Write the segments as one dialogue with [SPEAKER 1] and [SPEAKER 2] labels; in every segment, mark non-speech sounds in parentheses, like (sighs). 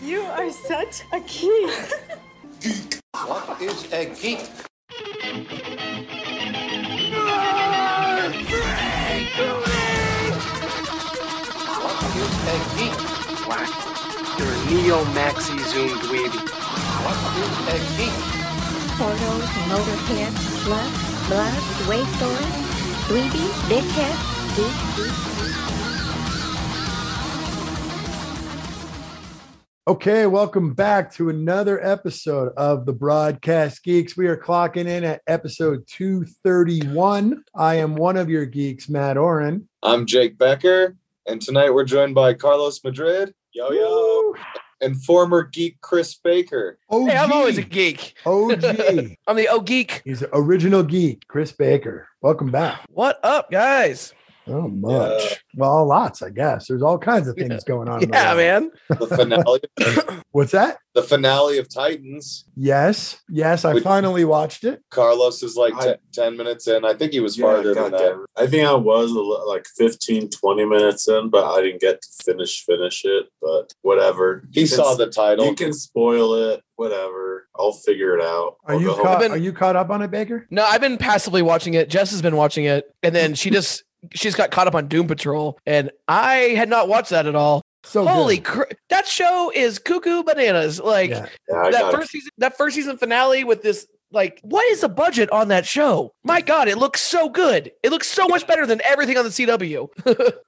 [SPEAKER 1] You are such a geek.
[SPEAKER 2] What is a geek? What is a geek?
[SPEAKER 3] You're a neo maxi zoom dweeby.
[SPEAKER 2] What is a geek?
[SPEAKER 4] Portals, motorhead, slut, blood, wasteland, dweeby, dickhead, geek, geek.
[SPEAKER 5] Okay, welcome back to another episode of the Broadcast Geeks. We are clocking in at episode 231. I am one of your geeks, Matt Oren.
[SPEAKER 6] I'm Jake Becker, and tonight we're joined by Carlos Madrid, Yo Yo,
[SPEAKER 5] Woo!
[SPEAKER 6] and former geek Chris Baker.
[SPEAKER 5] OG.
[SPEAKER 7] Hey, I'm always a geek. (laughs)
[SPEAKER 5] OG.
[SPEAKER 7] I'm the oh geek.
[SPEAKER 5] He's an original geek, Chris Baker. Welcome back.
[SPEAKER 7] What up, guys?
[SPEAKER 5] Oh, much. Well, lots, I guess. There's all kinds of things going on. in the
[SPEAKER 7] Yeah,
[SPEAKER 5] world.
[SPEAKER 7] man.
[SPEAKER 6] The finale,
[SPEAKER 5] What's that?
[SPEAKER 6] the finale of Titans.
[SPEAKER 5] Yes, yes. I
[SPEAKER 6] Would-
[SPEAKER 5] finally watched it.
[SPEAKER 6] Carlos is like
[SPEAKER 8] I-
[SPEAKER 6] te- ten minutes in. I think he was
[SPEAKER 8] Yeah,
[SPEAKER 6] farther than that.
[SPEAKER 8] goddamn. I think I was a li- like 15, 20 minutes in, but I didn't get to finish finish it. But whatever.
[SPEAKER 6] He
[SPEAKER 8] You can
[SPEAKER 6] saw
[SPEAKER 8] s-
[SPEAKER 6] the title.
[SPEAKER 8] You can spoil it. Whatever. I'll figure it out.
[SPEAKER 5] Are
[SPEAKER 8] I'll
[SPEAKER 5] you
[SPEAKER 8] go home.
[SPEAKER 5] caught?
[SPEAKER 7] been-
[SPEAKER 5] are you caught up on it, Baker?
[SPEAKER 7] No, I've been passively watching it. Jess has been watching it, and then she just she's got caught up on Doom Patrol, and I had not watched that at all.
[SPEAKER 5] So good.
[SPEAKER 7] Holy cr- that show is cuckoo bananas! Like
[SPEAKER 5] Yeah.
[SPEAKER 8] Yeah, I
[SPEAKER 7] that
[SPEAKER 8] got
[SPEAKER 7] first season, that first season finale with this. Like, what is the budget on that show? My God, it looks so good. It looks so much better than everything on the CW.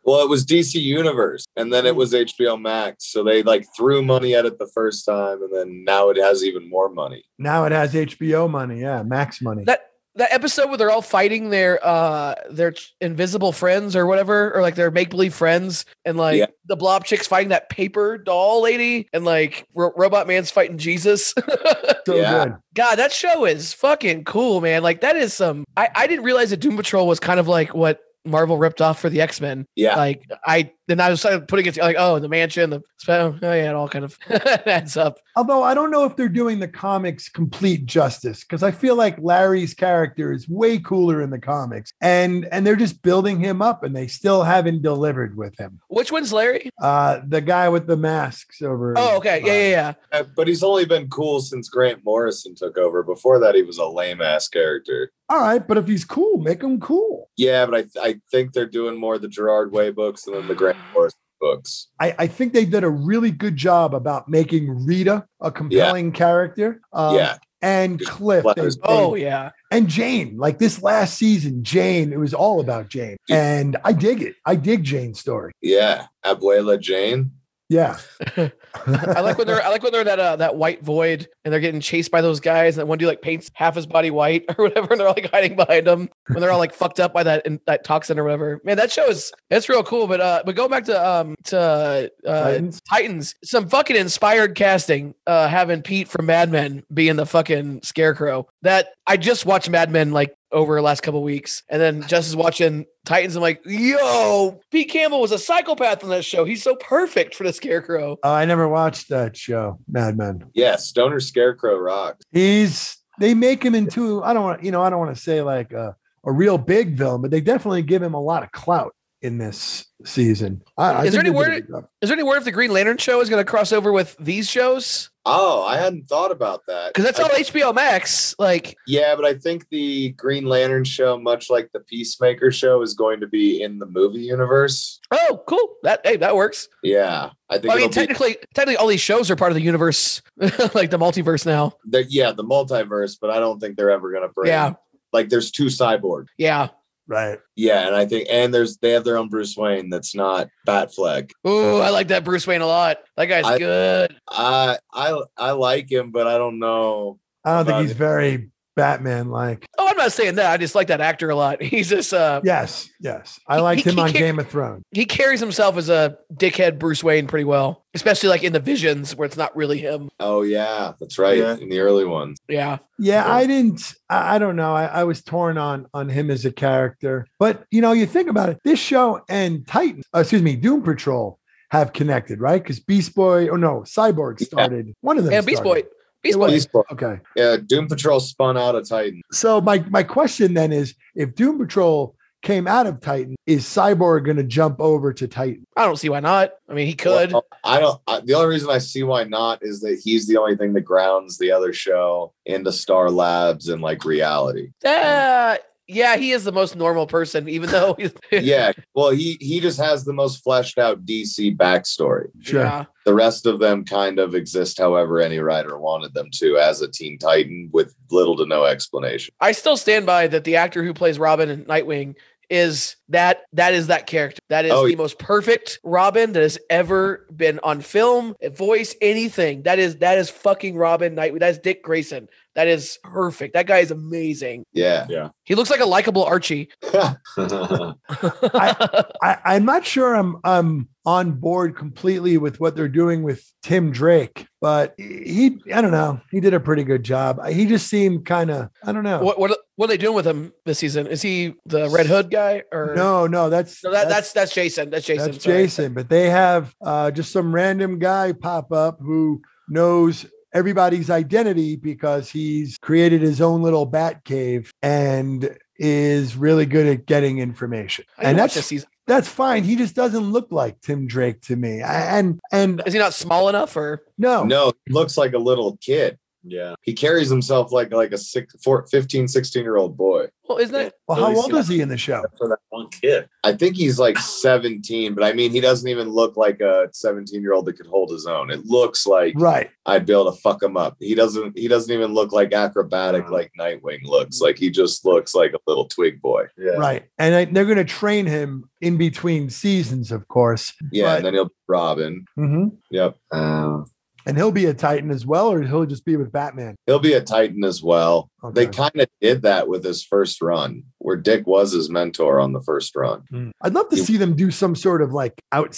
[SPEAKER 6] well, it was DC Universe, and then it was HBO Max. So they like threw money at it the first time, and then now it has even more money.
[SPEAKER 5] Now it has HBO money. Yeah, Max money.
[SPEAKER 7] that that episode where they're all fighting their uh their ch- invisible friends or whatever or like their make-believe friends and like
[SPEAKER 6] Yeah.
[SPEAKER 7] the blob chicks fighting that paper doll lady and like ro- robot man's fighting jesus (laughs)
[SPEAKER 5] so
[SPEAKER 6] Yeah.
[SPEAKER 5] good.
[SPEAKER 7] god that show is fucking cool man like that is some i i didn't realize that doom patrol was kind of like what marvel ripped off for the x-men
[SPEAKER 6] Yeah,
[SPEAKER 7] like i then i was started putting it to- like oh the mansion the oh yeah it all kind of (laughs) adds up
[SPEAKER 5] Although I don't know if they're doing the comics complete justice because I feel like Larry's character is way cooler in the comics, and and they're just building him up, and they still haven't delivered with him.
[SPEAKER 7] which one's larry
[SPEAKER 5] Uh, the guy with the masks over.
[SPEAKER 7] oh okay yeah yeah yeah
[SPEAKER 6] Uh, but he's only been cool since Grant Morrison took over. Before that, he was a lame ass character.
[SPEAKER 5] All right, but if he's cool, make him cool.
[SPEAKER 6] Yeah, but I I think they're doing more of the Gerard Way books than the Grant Morrison books.
[SPEAKER 5] I, I think they did a really good job about making Rita a compelling character. Um,
[SPEAKER 6] yeah,
[SPEAKER 5] and
[SPEAKER 6] Just
[SPEAKER 5] Cliff. they-
[SPEAKER 6] letters.
[SPEAKER 5] they-
[SPEAKER 7] oh yeah
[SPEAKER 5] and Jane. Like this last season, Jane. It was all about Jane, and I dig it. I dig Jane's story.
[SPEAKER 6] yeah. Abuela Jane.
[SPEAKER 5] Yeah.
[SPEAKER 7] I like when they're I like when they're in that uh, that white void and they're getting chased by those guys and that one dude like paints half his body white (laughs) or whatever and they're like hiding behind him when they're all like fucked up by that and that toxin or whatever. Man, that show is it's real cool. But uh, but go back to um to uh,
[SPEAKER 5] Titans.
[SPEAKER 7] Titans, some fucking inspired casting. Uh, having Pete from Mad Men being the fucking scarecrow. That I just watched Mad Men like over the last couple weeks, and then just is watching Titans. I'm like, yo, Pete Campbell was a psychopath on that show. He's so perfect for the scarecrow.
[SPEAKER 5] Oh, I never watched that show, Mad Men.
[SPEAKER 6] Yeah, Stoner Scarecrow rocks.
[SPEAKER 5] He's they make him into I don't want you know I don't want to say like a, a real big villain, but they definitely give him a lot of clout in this season. I, I
[SPEAKER 7] Is there
[SPEAKER 5] think
[SPEAKER 7] any
[SPEAKER 5] they did a good job.
[SPEAKER 7] Is there any word if the Green Lantern show is going to cross over with these shows?
[SPEAKER 6] Oh, I hadn't thought about that.
[SPEAKER 7] Because that's
[SPEAKER 6] I-
[SPEAKER 7] all HBO Max. Like,
[SPEAKER 6] yeah, but I think the Green Lantern show, much like the Peacemaker show, is going to be in the movie universe.
[SPEAKER 7] oh, cool. That hey, that works.
[SPEAKER 6] Yeah, I think
[SPEAKER 7] I mean,
[SPEAKER 6] it'll be
[SPEAKER 7] technically, technically, all these shows are part of the universe, (laughs) like the multiverse now.
[SPEAKER 6] the, yeah the multiverse, but I don't think they're ever going to bring.
[SPEAKER 7] Yeah.
[SPEAKER 6] like there's two cyborg.
[SPEAKER 8] (laughs)
[SPEAKER 7] Yeah.
[SPEAKER 5] Right.
[SPEAKER 6] Yeah, and I think and there's they have their own Bruce Wayne that's not Batfleck.
[SPEAKER 7] Ooh, I like that Bruce Wayne a lot. That guy's
[SPEAKER 6] I-
[SPEAKER 7] good.
[SPEAKER 6] I I I like him, but I don't know.
[SPEAKER 5] I don't think
[SPEAKER 6] About
[SPEAKER 5] he's very Batman like.
[SPEAKER 7] Oh, I'm not saying that. I just like that actor a lot. (laughs) He's just uh,
[SPEAKER 5] Yes, yes. I
[SPEAKER 7] He-
[SPEAKER 5] liked
[SPEAKER 7] he-
[SPEAKER 5] him
[SPEAKER 7] he
[SPEAKER 5] on
[SPEAKER 7] can't-
[SPEAKER 5] Game of Thrones.
[SPEAKER 7] he carries himself as a dickhead Bruce Wayne pretty well, especially like in the visions where it's not really him.
[SPEAKER 6] Oh yeah, that's right.
[SPEAKER 8] Yeah.
[SPEAKER 6] In the early ones,
[SPEAKER 7] Yeah.
[SPEAKER 5] Yeah,
[SPEAKER 6] Yeah.
[SPEAKER 5] I didn't. I, I don't know. I, I was torn on on him as a character, but you know, you think about it. This show and Titan, uh, excuse me, Doom Patrol have connected, right? Because Beast Boy, oh no, Cyborg
[SPEAKER 6] Yeah.
[SPEAKER 5] started one of them.
[SPEAKER 7] And Beast Boy.
[SPEAKER 5] started.
[SPEAKER 7] Beast
[SPEAKER 5] It was-
[SPEAKER 7] Boy.
[SPEAKER 6] Beast Boy.
[SPEAKER 5] Okay,
[SPEAKER 6] yeah, Doom Patrol spun out of Titan.
[SPEAKER 5] so my my question then is, if Doom Patrol came out of Titan, is Cyborg going to jump over to Titan?
[SPEAKER 7] I don't see why not. I mean, he could.
[SPEAKER 6] Well, I don't. I, the only reason I see why not is that he's the only thing that grounds the other show into Star Labs and like reality.
[SPEAKER 7] Uh, yeah, he is the most normal person, even though he's. (laughs)
[SPEAKER 6] yeah. Well, he he just has the most fleshed out DC backstory.
[SPEAKER 5] Sure.
[SPEAKER 7] Yeah.
[SPEAKER 6] The rest of them kind of exist however any writer wanted them to as a Teen Titan with little to no explanation.
[SPEAKER 7] I still stand by that the actor who plays Robin and Nightwing is that that is that character. That is
[SPEAKER 6] Oh,
[SPEAKER 7] the
[SPEAKER 6] yeah.
[SPEAKER 7] most perfect Robin that has ever been on film, voice, anything. That is that is fucking Robin Nightwing. That's Dick Grayson. That is perfect. That guy is amazing.
[SPEAKER 6] Yeah.
[SPEAKER 7] He looks like a likable Archie. (laughs)
[SPEAKER 5] I, oh. I'm not sure I'm I'm on board completely with what they're doing with Tim Drake, but he I don't know. He did a pretty good job. He just seemed kind of I don't know.
[SPEAKER 7] what, what what are they doing with him this season? Is he the Red Hood guy or
[SPEAKER 5] No, no, that's
[SPEAKER 7] No, that, that's that's Jason. That's Jason.
[SPEAKER 5] That's
[SPEAKER 7] sorry.
[SPEAKER 5] Jason. But they have uh, just some random guy pop up who knows everybody's identity because he's created his own little bat cave and is really good at getting information.
[SPEAKER 7] I didn't
[SPEAKER 5] and
[SPEAKER 7] watch
[SPEAKER 5] that's
[SPEAKER 7] this season.
[SPEAKER 5] that's fine. He just doesn't look like Tim Drake to me. I, and and
[SPEAKER 7] Is he not small enough or
[SPEAKER 5] no,
[SPEAKER 6] No, he looks like a little kid.
[SPEAKER 8] yeah.
[SPEAKER 6] He carries himself like like a six, four, 15, 16 year old boy.
[SPEAKER 7] well isn't it
[SPEAKER 5] well, how
[SPEAKER 8] Really
[SPEAKER 5] old is he in the show?
[SPEAKER 8] For that one kid.
[SPEAKER 6] I think he's like 17, but I mean, he doesn't even look like a 17 year old that could hold his own. It looks like
[SPEAKER 5] Right.
[SPEAKER 6] I'd be able to fuck him up. He doesn't, he doesn't even look like acrobatic
[SPEAKER 8] Wow.
[SPEAKER 6] like Nightwing looks like. He just looks like a little twig boy.
[SPEAKER 8] Yeah.
[SPEAKER 5] Right. And I, they're going to train him in between seasons, of course.
[SPEAKER 6] Yeah.
[SPEAKER 5] Right.
[SPEAKER 6] And then he'll be Robin.
[SPEAKER 5] Mm-hmm.
[SPEAKER 6] Yep.
[SPEAKER 8] Um,
[SPEAKER 5] And he'll be a Titan as well, or he'll just be with Batman.
[SPEAKER 6] He'll be a Titan as well.
[SPEAKER 5] Okay.
[SPEAKER 6] They kind of did that with his first run, where Dick was his mentor on the first run.
[SPEAKER 5] I'd love to
[SPEAKER 6] Yeah.
[SPEAKER 5] see them do some sort of like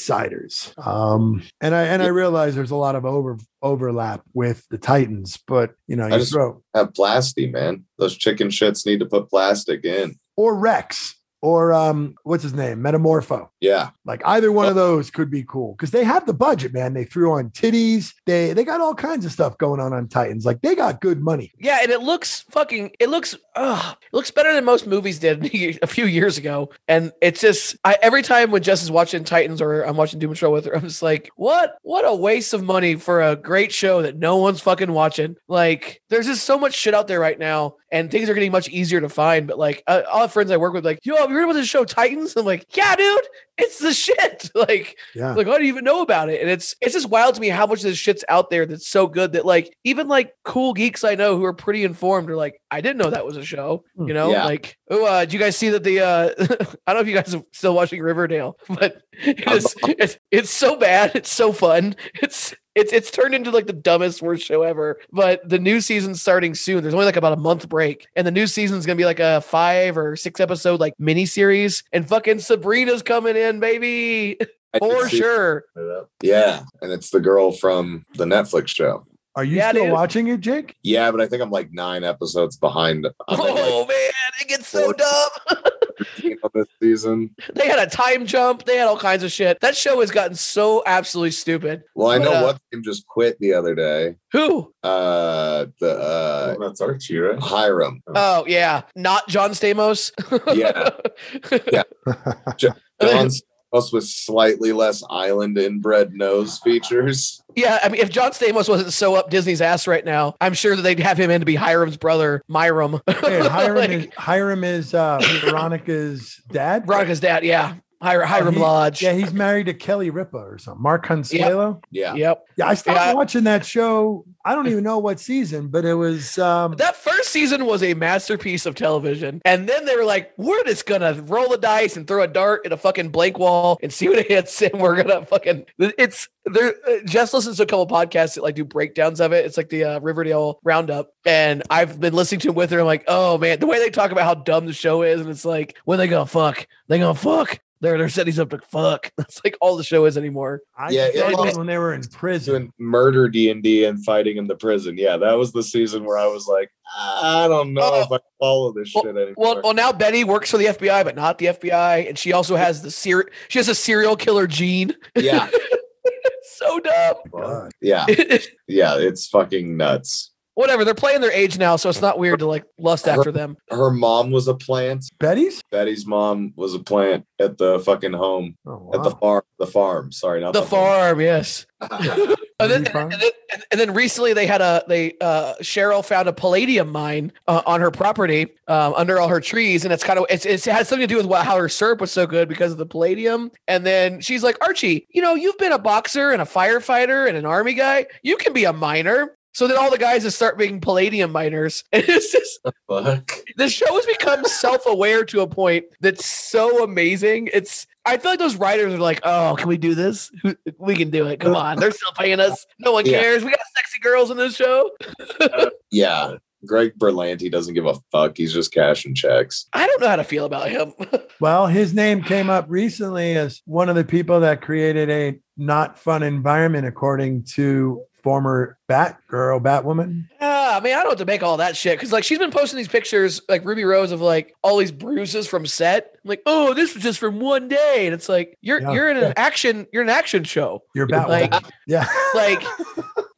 [SPEAKER 5] outsiders. Um, and I and I
[SPEAKER 6] Yeah.
[SPEAKER 5] realize there's a lot of over overlap with the Titans, but you know, you
[SPEAKER 6] just-
[SPEAKER 5] throw
[SPEAKER 6] Have plasty, man. Those chicken shits need to put plastic in.
[SPEAKER 5] or Rex or um, what's his name, Metamorpho.
[SPEAKER 6] Yeah.
[SPEAKER 5] Like either one of those could be cool because they have the budget, man. They threw on titties. They they got all kinds of stuff going on on Titans. Like they got good money.
[SPEAKER 7] Yeah, and it looks fucking. It looks. Ugh, it looks better than most movies did (laughs) a few years ago. And it's just I, every time when Jess is watching Titans or I'm watching Doom Patrol with her, I'm just like, what? What a waste of money for a great show that no one's fucking watching. Like, there's just so much shit out there right now, and things are getting much easier to find. But like, uh, all the friends I work with, like, yo, have you heard about this show Titans? I'm like, yeah, dude, it's the shit. (laughs) Like,
[SPEAKER 5] Yeah.
[SPEAKER 7] like I don't even know about it, and it's it's just wild to me how much of this shit's out there that's so good that like even like cool geeks I know who are pretty informed are like I didn't know that was a show, you know?
[SPEAKER 6] Yeah.
[SPEAKER 7] Like, oh, uh, did you guys see that the uh, (laughs) I don't know if you guys are still watching Riverdale, but it's it's, it's so bad, it's so fun, it's. It's, it's turned into like the dumbest worst show ever. But the new season's starting soon. There's only like about a month break, and the new season's gonna be like a five or six episode like mini series. And fucking Sabrina's coming in, baby,
[SPEAKER 6] I did
[SPEAKER 7] for
[SPEAKER 6] see-
[SPEAKER 7] sure.
[SPEAKER 6] Yeah. And it's the girl from the Netflix show.
[SPEAKER 5] Are you
[SPEAKER 7] Yeah,
[SPEAKER 5] still
[SPEAKER 7] dude.
[SPEAKER 5] watching it, Jake?
[SPEAKER 6] Yeah, but I think I'm like nine episodes behind
[SPEAKER 7] (laughs)
[SPEAKER 6] I'm at, like,
[SPEAKER 7] Oh man, it gets so
[SPEAKER 6] four-
[SPEAKER 7] dumb.
[SPEAKER 6] 13 on this season.
[SPEAKER 7] they had a time jump. They had all kinds of shit. That show has gotten so absolutely stupid.
[SPEAKER 6] Well, I
[SPEAKER 7] But,
[SPEAKER 6] know
[SPEAKER 7] uh,
[SPEAKER 6] what team just quit the other day.
[SPEAKER 7] Who?
[SPEAKER 6] Uh the uh
[SPEAKER 8] well, that's
[SPEAKER 6] (laughs)
[SPEAKER 8] Archie,
[SPEAKER 7] (laughs)
[SPEAKER 8] right?
[SPEAKER 6] Hiram.
[SPEAKER 7] Oh yeah, not John Stamos. (laughs)
[SPEAKER 6] Yeah. John Stamos with slightly less island inbred nose features.
[SPEAKER 7] yeah. I mean, if John Stamos wasn't so up Disney's ass right now, I'm sure that they'd have him in to be Hiram's brother, Myram. (laughs)
[SPEAKER 5] Hey, Hiram
[SPEAKER 7] Like,
[SPEAKER 5] is Hiram is uh, Veronica's dad.
[SPEAKER 7] Veronica's dad. Yeah, Hiram, Hiram
[SPEAKER 5] he-
[SPEAKER 7] Lodge.
[SPEAKER 5] Yeah, he's married to Kelly Ripa or something. Mark Consuelo.
[SPEAKER 6] Yeah.
[SPEAKER 7] Yep.
[SPEAKER 5] Yeah, I stopped
[SPEAKER 7] Yeah.
[SPEAKER 5] watching that show. I don't even know what season, but it was um
[SPEAKER 7] That first season was a masterpiece of television. And then they were like, we're just going to roll the dice and throw a dart at a fucking blank wall and see what it hits. (laughs) And we're going to fucking, it's, there. uh, Jess listens to a couple podcasts that like do breakdowns of it. It's like the uh, Riverdale Roundup. And I've been listening to it with her. I'm like, oh man, the way they talk about how dumb the show is. And it's like, when they gonna fuck, they gonna fuck. They're, they're setting these up to fuck. (laughs) That's like all the show is anymore.
[SPEAKER 5] I
[SPEAKER 6] Yeah,
[SPEAKER 5] yeah,
[SPEAKER 6] it
[SPEAKER 7] was-
[SPEAKER 5] when they were in prison.
[SPEAKER 6] Doing murder D and D and fighting in the prison. Yeah, that was the season where I was like, I don't know
[SPEAKER 7] Oh,
[SPEAKER 6] if I follow this shit anymore.
[SPEAKER 7] Well, well, now Betty works for the FBI, but not the FBI, and she also has the ser- she has a serial killer gene.
[SPEAKER 6] yeah,
[SPEAKER 7] so dumb.
[SPEAKER 5] God.
[SPEAKER 7] uh,
[SPEAKER 6] yeah, yeah. It's fucking nuts.
[SPEAKER 7] (laughs) Whatever. They're playing their age now, so it's not weird to like lust after them.
[SPEAKER 6] Her mom was a plant.
[SPEAKER 5] Betty's?
[SPEAKER 6] Betty's mom was a plant at the fucking home
[SPEAKER 5] Oh,
[SPEAKER 6] at the farm. The farm. Sorry, not the,
[SPEAKER 7] The farm, yes.
[SPEAKER 6] farm.
[SPEAKER 7] And Oh, then,
[SPEAKER 5] Maybe farm.
[SPEAKER 7] and, then, and- and then recently they had a they uh Cheryl found a palladium mine uh, on her property um, under all her trees and it's kind of it's, it's it has something to do with wha- how her syrup was so good because of the palladium and then she's like Archie you know you've been a boxer and a firefighter and an army guy you can be a miner so then all the guys just start being palladium miners (laughs) and it's just
[SPEAKER 8] Fuck.
[SPEAKER 7] the show has become self-aware to a point that's so amazing. It's I feel like those writers are like, oh, can we do this? Who- We can do it. Come on, they're still paying us. No one
[SPEAKER 6] Yeah.
[SPEAKER 7] cares. We got sexy girls in this show.
[SPEAKER 6] yeah. Greg Berlanti doesn't give a fuck. He's just cashing checks.
[SPEAKER 7] I don't know how to feel about him. (laughs)
[SPEAKER 5] Well, his name came up recently as one of the people that created a not fun environment, according to former Batgirl, Batwoman.
[SPEAKER 7] Ah, I mean, I don't have to make all that shit because like she's been posting these pictures, like Ruby Rose, of like all these bruises from set. I'm like, oh, this was just from one day, and it's like you're
[SPEAKER 5] Yeah.
[SPEAKER 7] you're in an action you're in an action show.
[SPEAKER 5] Your Batwoman.
[SPEAKER 7] Like
[SPEAKER 5] yeah.
[SPEAKER 7] like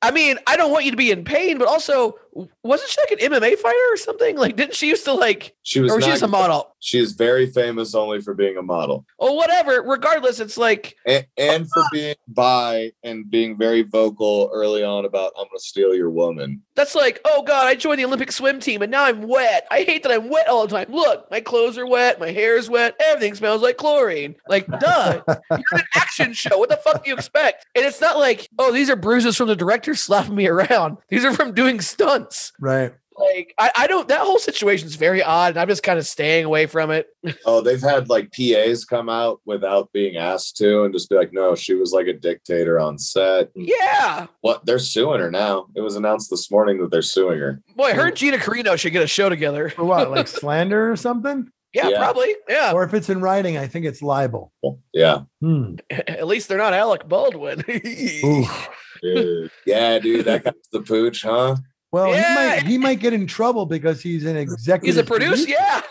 [SPEAKER 7] I mean, I don't want you to be in pain, but also, w- wasn't she like an MMA fighter or something? Like, didn't she used to like,
[SPEAKER 6] She was
[SPEAKER 7] or was she
[SPEAKER 6] not-
[SPEAKER 7] just a model?
[SPEAKER 6] She is very famous only for being a model
[SPEAKER 7] Or whatever. Regardless, it's like,
[SPEAKER 6] and, and
[SPEAKER 7] (laughs)
[SPEAKER 6] for being bi and being very vocal early on about I'm gonna steal your woman.
[SPEAKER 7] that's like, oh God, I joined the Olympic swim team and now I'm wet. I hate that I'm wet all the time. Look, my clothes are wet, my hair is wet, everything smells like chlorine. Like, duh, you're in an action show. What the fuck do you expect? And it's not like, oh, these are bruises from the director (laughs) slapping me around. These are from doing stunts.
[SPEAKER 5] Right.
[SPEAKER 7] Like, I, I don't, that whole situation is very odd and I'm just kind of staying away from it.
[SPEAKER 6] Oh, they've had like PAs come out without being asked to and just be like, no, she was like a dictator on set.
[SPEAKER 7] Yeah.
[SPEAKER 6] What they're suing her now. It was announced this morning that they're suing her.
[SPEAKER 7] Boy, her and Gina Carino should get a show together.
[SPEAKER 5] For what?
[SPEAKER 7] (laughs)
[SPEAKER 5] Like slander or something?
[SPEAKER 7] Yeah,
[SPEAKER 6] Yeah.
[SPEAKER 7] probably. Yeah. (laughs)
[SPEAKER 5] Or if it's in writing, I think it's libel.
[SPEAKER 6] Well, yeah.
[SPEAKER 5] Hmm.
[SPEAKER 7] At least they're not Alec Baldwin. (laughs)
[SPEAKER 5] Oof.
[SPEAKER 6] Dude. yeah, dude, that guy's the pooch, huh?
[SPEAKER 5] Well,
[SPEAKER 7] Yeah.
[SPEAKER 5] he might he might get in trouble because he's an executive.
[SPEAKER 7] He's a producer. Yeah.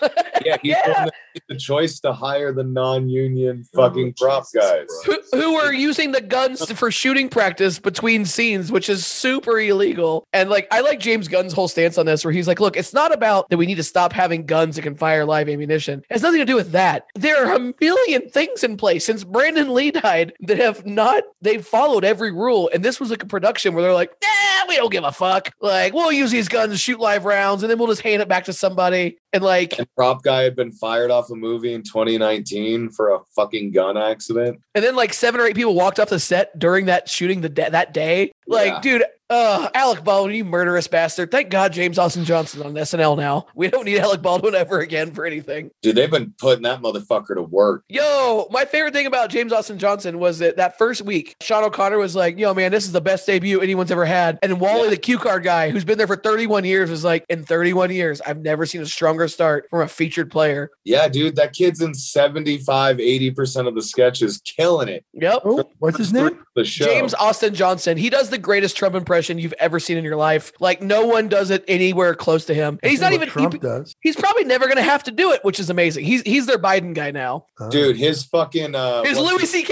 [SPEAKER 6] Yeah, he's
[SPEAKER 7] Yeah. Oh,
[SPEAKER 6] the one that made the choice to hire the non-union fucking prop
[SPEAKER 8] Jesus
[SPEAKER 6] guys.
[SPEAKER 7] who, who are using the guns for shooting practice between scenes, which is super illegal. And like, I like James Gunn's whole stance on this, where he's like, look, it's not about that we need to stop having guns that can fire live ammunition. It has nothing to do with that. There are a million things in place since Brandon Lee died that have not, they've followed every rule. And this was like a production where they're like, nah, we don't give a fuck. Like, we'll use these guns to shoot live rounds and then we'll just hand it back to somebody. And like,
[SPEAKER 6] And prop guy had been fired off a movie in 2019 for a fucking gun accident.
[SPEAKER 7] And then like seven or eight people walked off the set during that shooting the da- that day. Like,
[SPEAKER 6] Yeah.
[SPEAKER 7] dude, uh, Alec Baldwin, you murderous bastard! Thank God James Austin Johnson's on SNL now. We don't need Alec Baldwin ever again for anything.
[SPEAKER 6] Dude, they've been putting that motherfucker to work.
[SPEAKER 7] Yo, my favorite thing about James Austin Johnson was that that first week, Sean O'Connor was like, "Yo, man, this is the best debut anyone's ever had." And Wally,
[SPEAKER 6] Yeah.
[SPEAKER 7] the cue card guy who's been there for 31 years, was like, "In 31 years, I've never seen a stronger start from a featured player."
[SPEAKER 6] Yeah, dude, that kid's in 75, 80% of the sketches, killing it.
[SPEAKER 7] Yep.
[SPEAKER 5] Oh, what's his name?
[SPEAKER 6] The show.
[SPEAKER 7] James Austin Johnson. He does the greatest Trump impression you've ever seen in your life. Like no one does it anywhere close to him. And he's not
[SPEAKER 5] What
[SPEAKER 7] even he-
[SPEAKER 5] Trump does.
[SPEAKER 7] he's probably never going to have to do it, which is amazing. He's he's their Biden guy now.
[SPEAKER 5] Oh.
[SPEAKER 6] Dude, his fucking uh
[SPEAKER 7] Is
[SPEAKER 6] what-
[SPEAKER 7] Louis CK?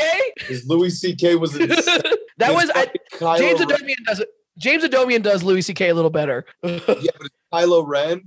[SPEAKER 6] his Louis C.K.
[SPEAKER 7] (laughs)
[SPEAKER 6] was insane.
[SPEAKER 7] that
[SPEAKER 6] His
[SPEAKER 7] was I,
[SPEAKER 6] fucking Kylo
[SPEAKER 7] James
[SPEAKER 6] Ren-
[SPEAKER 7] Adomian does it. James Adomian does Louis CK a little better.
[SPEAKER 6] yeah, but Kylo Ren,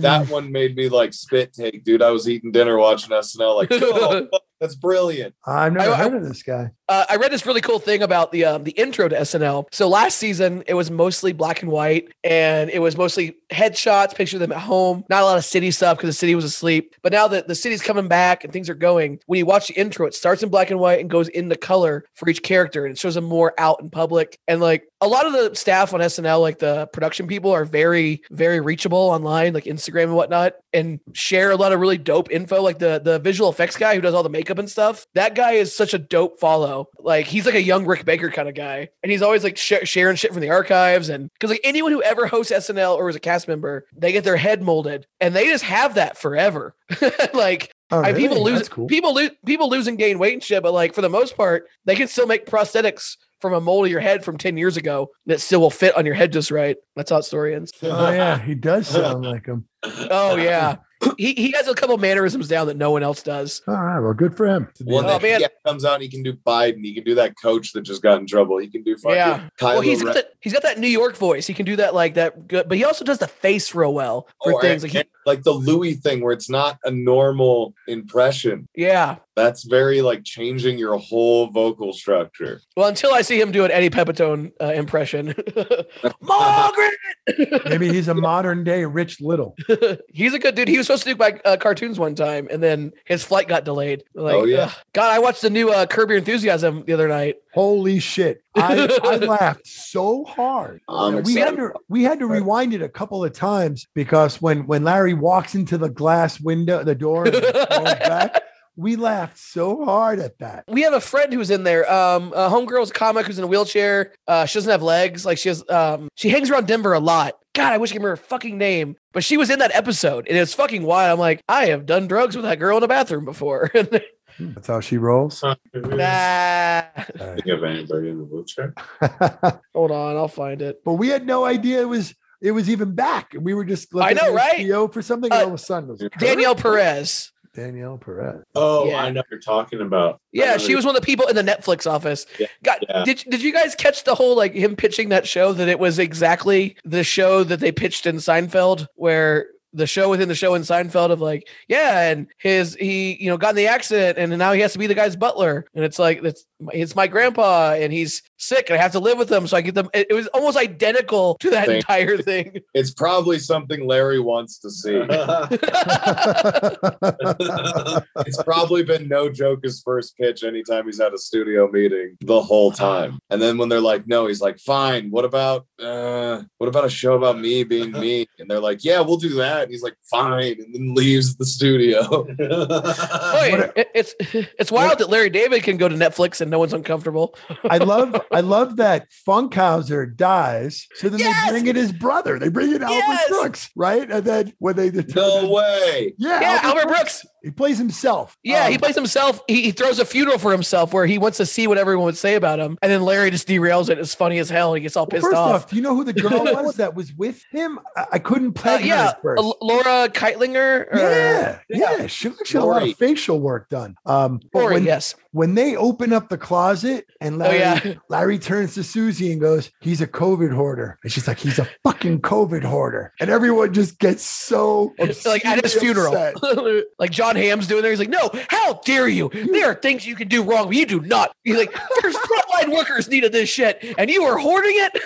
[SPEAKER 6] that one made me like spit take, dude. I was eating dinner watching SNL, like, oh, fuck, that's brilliant.
[SPEAKER 5] I've never
[SPEAKER 7] I- I-
[SPEAKER 5] heard of this guy.
[SPEAKER 7] uh, I read this really cool thing about the um, the intro to SNL. So last season it was mostly black and white, and it was mostly headshots, picture of them at home, not a lot of city stuff because the city was asleep. But now that the city's coming back and things are going, when you watch the intro, it starts in black and white and goes into color for each character, and it shows them more out in public. And like a lot of the staff on SNL, like the production people, are very very reachable online, like Instagram and whatnot, and share a lot of really dope info. Like the the visual effects guy who does all the makeup and stuff. That guy is such a dope follow. Like he's like a young Rick Baker kind of guy, and he's always like sh- sharing shit from the archives. And because like anyone who ever hosts SNL or is a cast member, they get their head molded, and they just have that forever. (laughs) like
[SPEAKER 5] Oh,
[SPEAKER 7] I, people
[SPEAKER 5] really?
[SPEAKER 7] lose
[SPEAKER 5] That's cool.
[SPEAKER 7] people lose people lose and gain weight and shit, but like for the most part, they can still make prosthetics from a mold of your head from ten years ago that still will fit on your head just right. That's how the story ends.
[SPEAKER 5] Oh yeah, he does sound like him. (laughs)
[SPEAKER 7] Oh yeah, he, he has a couple mannerisms down that no one else does.
[SPEAKER 5] All right. Well, good for him.
[SPEAKER 6] One
[SPEAKER 7] Oh,
[SPEAKER 6] that
[SPEAKER 7] man.
[SPEAKER 6] he comes out, he can do Biden. He can do that coach that just got in trouble. He can do fucking
[SPEAKER 7] Yeah.
[SPEAKER 6] Kylo
[SPEAKER 7] well, he's
[SPEAKER 6] Ren.
[SPEAKER 7] got that, he's got that New York voice. He can do that like that good, but he also does the face real well for
[SPEAKER 6] Or-
[SPEAKER 7] things like he,
[SPEAKER 6] and, like the Louis thing where it's not a normal impression.
[SPEAKER 7] yeah.
[SPEAKER 6] That's very like changing your whole vocal structure.
[SPEAKER 7] Well, until I see him do an Eddie Pepitone uh, impression, (laughs) Margaret.
[SPEAKER 5] Maybe he's a modern day Rich Little.
[SPEAKER 7] he's a good dude. He was supposed to do my uh, cartoons one time, and then his flight got delayed. Like,
[SPEAKER 6] Oh, yeah.
[SPEAKER 7] ugh. God, I watched the new uh, Curb Your Enthusiasm the other night.
[SPEAKER 5] Holy shit! I,
[SPEAKER 7] (laughs)
[SPEAKER 5] I laughed so hard.
[SPEAKER 6] I'm
[SPEAKER 5] we had
[SPEAKER 6] excited.
[SPEAKER 5] to we had to rewind it a couple of times because when when Larry walks into the glass window, the door,
[SPEAKER 7] (laughs)
[SPEAKER 5] and goes back, we laughed so hard at that.
[SPEAKER 7] we have a friend who's in there. Um, a homegirl's a comic who's in a wheelchair. Uh, she doesn't have legs. Like she has, um, she hangs around Denver a lot. God, I wish I could remember her fucking name, but she was in that episode, and it's fucking wild. I'm like, I have done drugs with that girl in a bathroom before. (laughs)
[SPEAKER 5] That's how she rolls.
[SPEAKER 7] nah,
[SPEAKER 8] Think of anybody in the wheelchair?
[SPEAKER 5] but
[SPEAKER 7] hold on, I'll find it.
[SPEAKER 5] we had no idea it was it was even back. We were just looking
[SPEAKER 7] know,
[SPEAKER 5] at
[SPEAKER 7] right? Uh,
[SPEAKER 5] HBO E for something, and all of a sudden it was
[SPEAKER 7] Danielle Perez.
[SPEAKER 5] Danielle Perez.
[SPEAKER 8] Oh,
[SPEAKER 7] Yeah.
[SPEAKER 8] I know what you're talking about. I
[SPEAKER 7] Yeah,
[SPEAKER 8] know
[SPEAKER 7] she
[SPEAKER 8] who-
[SPEAKER 7] was one of the people in the Netflix office.
[SPEAKER 8] Yeah,
[SPEAKER 7] God,
[SPEAKER 8] yeah.
[SPEAKER 7] did did you guys catch the whole like him pitching that show that it was exactly the show that they pitched in Seinfeld where the show within the show in Seinfeld of like, yeah, and his he you know got in the accident and now he has to be the guy's butler and it's like it's it's my grandpa and he's sick and I have to live with him so I get them. It, it was almost identical to that
[SPEAKER 6] Same.
[SPEAKER 7] entire
[SPEAKER 5] (laughs)
[SPEAKER 7] thing.
[SPEAKER 6] It's probably something Larry wants to
[SPEAKER 8] (laughs)
[SPEAKER 6] see. it's probably been no joke his first pitch anytime he's at a studio meeting the whole time. And then when they're like, no, he's like, fine. What about uh, what about a show about me being me? And they're like, yeah, we'll do that. And he's like, fine, and then leaves the studio.
[SPEAKER 7] Boy, it- it's it's wild that Larry David can go to Netflix and no one's uncomfortable.
[SPEAKER 5] I love I love that Funkhauser dies. So then
[SPEAKER 7] Yes!
[SPEAKER 5] they bring in his brother. They bring in
[SPEAKER 7] Yes!
[SPEAKER 5] Albert Brooks, right? And then when they
[SPEAKER 6] no way.
[SPEAKER 5] Yeah,
[SPEAKER 7] Yeah,
[SPEAKER 5] Albert
[SPEAKER 7] Albert
[SPEAKER 5] Brooks.
[SPEAKER 7] Brooks.
[SPEAKER 5] He plays himself.
[SPEAKER 7] Yeah,
[SPEAKER 5] Um,
[SPEAKER 7] he plays himself. He, he throws a funeral for himself where he wants to see what everyone would say about him. And then Larry just derails it. It's funny as hell. He gets all
[SPEAKER 5] well,
[SPEAKER 7] pissed
[SPEAKER 5] first
[SPEAKER 7] off.
[SPEAKER 5] off, do you know who the girl
[SPEAKER 7] (laughs)
[SPEAKER 5] was that was with him? I, I couldn't
[SPEAKER 7] Uh,
[SPEAKER 5] peg her
[SPEAKER 7] yeah,
[SPEAKER 5] at
[SPEAKER 7] uh,
[SPEAKER 5] first.
[SPEAKER 7] Laura Keitlinger. Or,
[SPEAKER 5] yeah, yeah, she looks she had a lot
[SPEAKER 6] Lori.
[SPEAKER 5] of facial work done. Um, but
[SPEAKER 7] Lori,
[SPEAKER 5] when, (laughs)
[SPEAKER 7] yes.
[SPEAKER 5] when they open up the closet and
[SPEAKER 7] Oh,
[SPEAKER 5] Larry,
[SPEAKER 7] yeah. (laughs)
[SPEAKER 5] Larry turns to Susie and goes, "He's a COVID hoarder," and she's like, "He's a fucking COVID hoarder," and everyone just gets so
[SPEAKER 7] (laughs) Like at his
[SPEAKER 5] obscenely
[SPEAKER 7] funeral.
[SPEAKER 5] upset.
[SPEAKER 7] (laughs) like John Hamm's doing there. He's like, no, how dare you? There are things you can do wrong. You do not. He's like, there's frontline workers needed this shit. And you are hoarding it.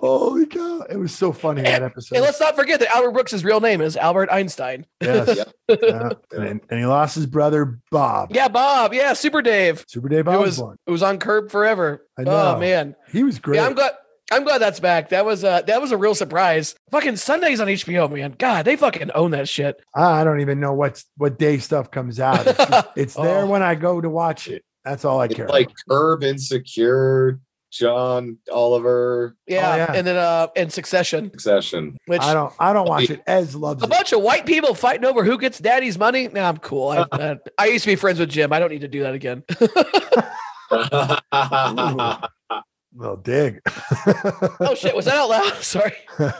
[SPEAKER 5] Holy cow! It was so funny
[SPEAKER 7] (laughs)
[SPEAKER 5] that episode.
[SPEAKER 7] And let's not forget that Albert Brooks' real name is Albert Einstein.
[SPEAKER 5] yes.
[SPEAKER 7] (laughs)
[SPEAKER 6] Yep.
[SPEAKER 5] Yeah. And, and he lost his brother Bob.
[SPEAKER 7] Yeah, Bob. Yeah, Super Dave.
[SPEAKER 5] Super Dave
[SPEAKER 7] It was,
[SPEAKER 5] Osborne.
[SPEAKER 7] it was on Curb Forever.
[SPEAKER 5] I
[SPEAKER 7] Oh,
[SPEAKER 5] know.
[SPEAKER 7] man.
[SPEAKER 5] He was great.
[SPEAKER 7] Yeah, I'm glad. I'm glad that's back. That was uh that was a real surprise. Fucking Sundays on HBO, man. God, they fucking own that shit. (laughs)
[SPEAKER 5] I don't even know what's what day stuff comes out. It's, just- it's there
[SPEAKER 7] Oh.
[SPEAKER 5] when I go to watch it. That's all I
[SPEAKER 6] It's
[SPEAKER 5] care.
[SPEAKER 6] like
[SPEAKER 5] about.
[SPEAKER 6] Curb Insecure, John Oliver,
[SPEAKER 7] Yeah.
[SPEAKER 5] Oh, yeah.
[SPEAKER 7] And then uh and Succession,
[SPEAKER 6] Succession.
[SPEAKER 7] which
[SPEAKER 5] I don't. I don't watch it. Ez loves
[SPEAKER 7] a
[SPEAKER 5] it.
[SPEAKER 7] bunch of white people fighting over who gets daddy's money. Nah, I'm cool. I,
[SPEAKER 5] Uh-huh.
[SPEAKER 7] I, I used to be friends with Jim. I don't need to do that
[SPEAKER 5] (laughs)
[SPEAKER 7] again.
[SPEAKER 5] Well, dig.
[SPEAKER 7] oh shit, was that out loud? (laughs) Sorry.
[SPEAKER 5] all
[SPEAKER 7] (laughs)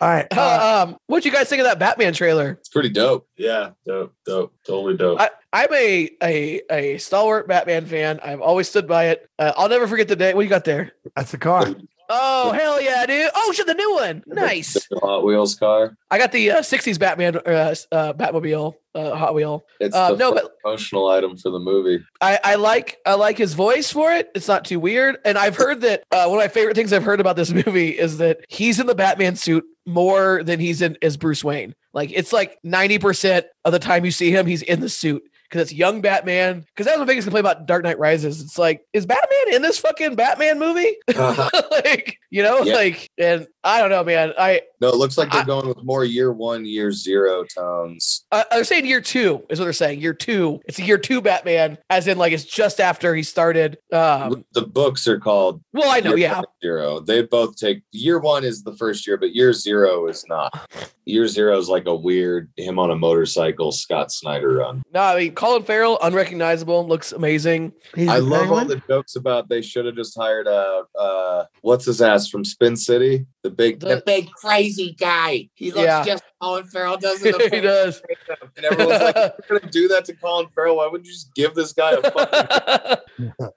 [SPEAKER 5] right. uh,
[SPEAKER 7] Uh, um, what'd you guys think of that Batman trailer?
[SPEAKER 6] It's pretty dope.
[SPEAKER 8] (laughs) yeah, dope, dope, totally dope.
[SPEAKER 7] I, I'm a, a a stalwart Batman fan. I've always stood by it. Uh, I'll never forget the day. What you got there?
[SPEAKER 5] that's the car.
[SPEAKER 7] Oh hell yeah, dude! Oh shit, the new one. Nice.
[SPEAKER 6] The Hot Wheels car.
[SPEAKER 7] I got the uh, '60s Batman, uh, s- uh, Batmobile, uh, Hot Wheel.
[SPEAKER 6] It's
[SPEAKER 7] Uh,
[SPEAKER 6] the
[SPEAKER 7] no, but
[SPEAKER 6] promotional item for the movie.
[SPEAKER 7] I, I like I like his voice for it. It's not too weird. And I've heard that uh, one of my favorite things I've heard about this (laughs) movie is that he's in the Batman suit more than he's in as Bruce Wayne. Like it's like ninety percent of the time you see him, he's in the suit. Because it's young Batman. Because that's my biggest complaint about Dark Knight Rises. It's like, is Batman in this fucking Batman movie? (laughs) like, you know,
[SPEAKER 6] Yeah.
[SPEAKER 7] like, and I don't know, man. I
[SPEAKER 6] No, it looks like they're
[SPEAKER 7] I-
[SPEAKER 6] going with more year one, year zero tones.
[SPEAKER 7] Uh, they're saying year two is what they're saying. Year two. It's a year two Batman, as in like it's just after he started. Um,
[SPEAKER 6] the books are called
[SPEAKER 7] well, I know,
[SPEAKER 6] Year
[SPEAKER 7] yeah.
[SPEAKER 6] One and Zero. They both take year one is the first year, but year zero is not. Year zero is like a weird him on a motorcycle Scott Snyder run.
[SPEAKER 7] No, I mean Colin Farrell, unrecognizable, looks amazing.
[SPEAKER 5] He's
[SPEAKER 6] I
[SPEAKER 5] the
[SPEAKER 6] love all
[SPEAKER 5] penguin?
[SPEAKER 6] the jokes about they should have just hired uh uh what's his ass from Spin City? The big
[SPEAKER 7] The-
[SPEAKER 2] The big crazy guy. He looks
[SPEAKER 7] Yeah.
[SPEAKER 2] just Colin Farrell does
[SPEAKER 7] (laughs)
[SPEAKER 2] in the
[SPEAKER 7] he does.
[SPEAKER 6] and
[SPEAKER 7] (laughs)
[SPEAKER 6] everyone's like, if (laughs) you're gonna do that to Colin Farrell, why wouldn't you just give this
[SPEAKER 7] (laughs)
[SPEAKER 6] guy a fucking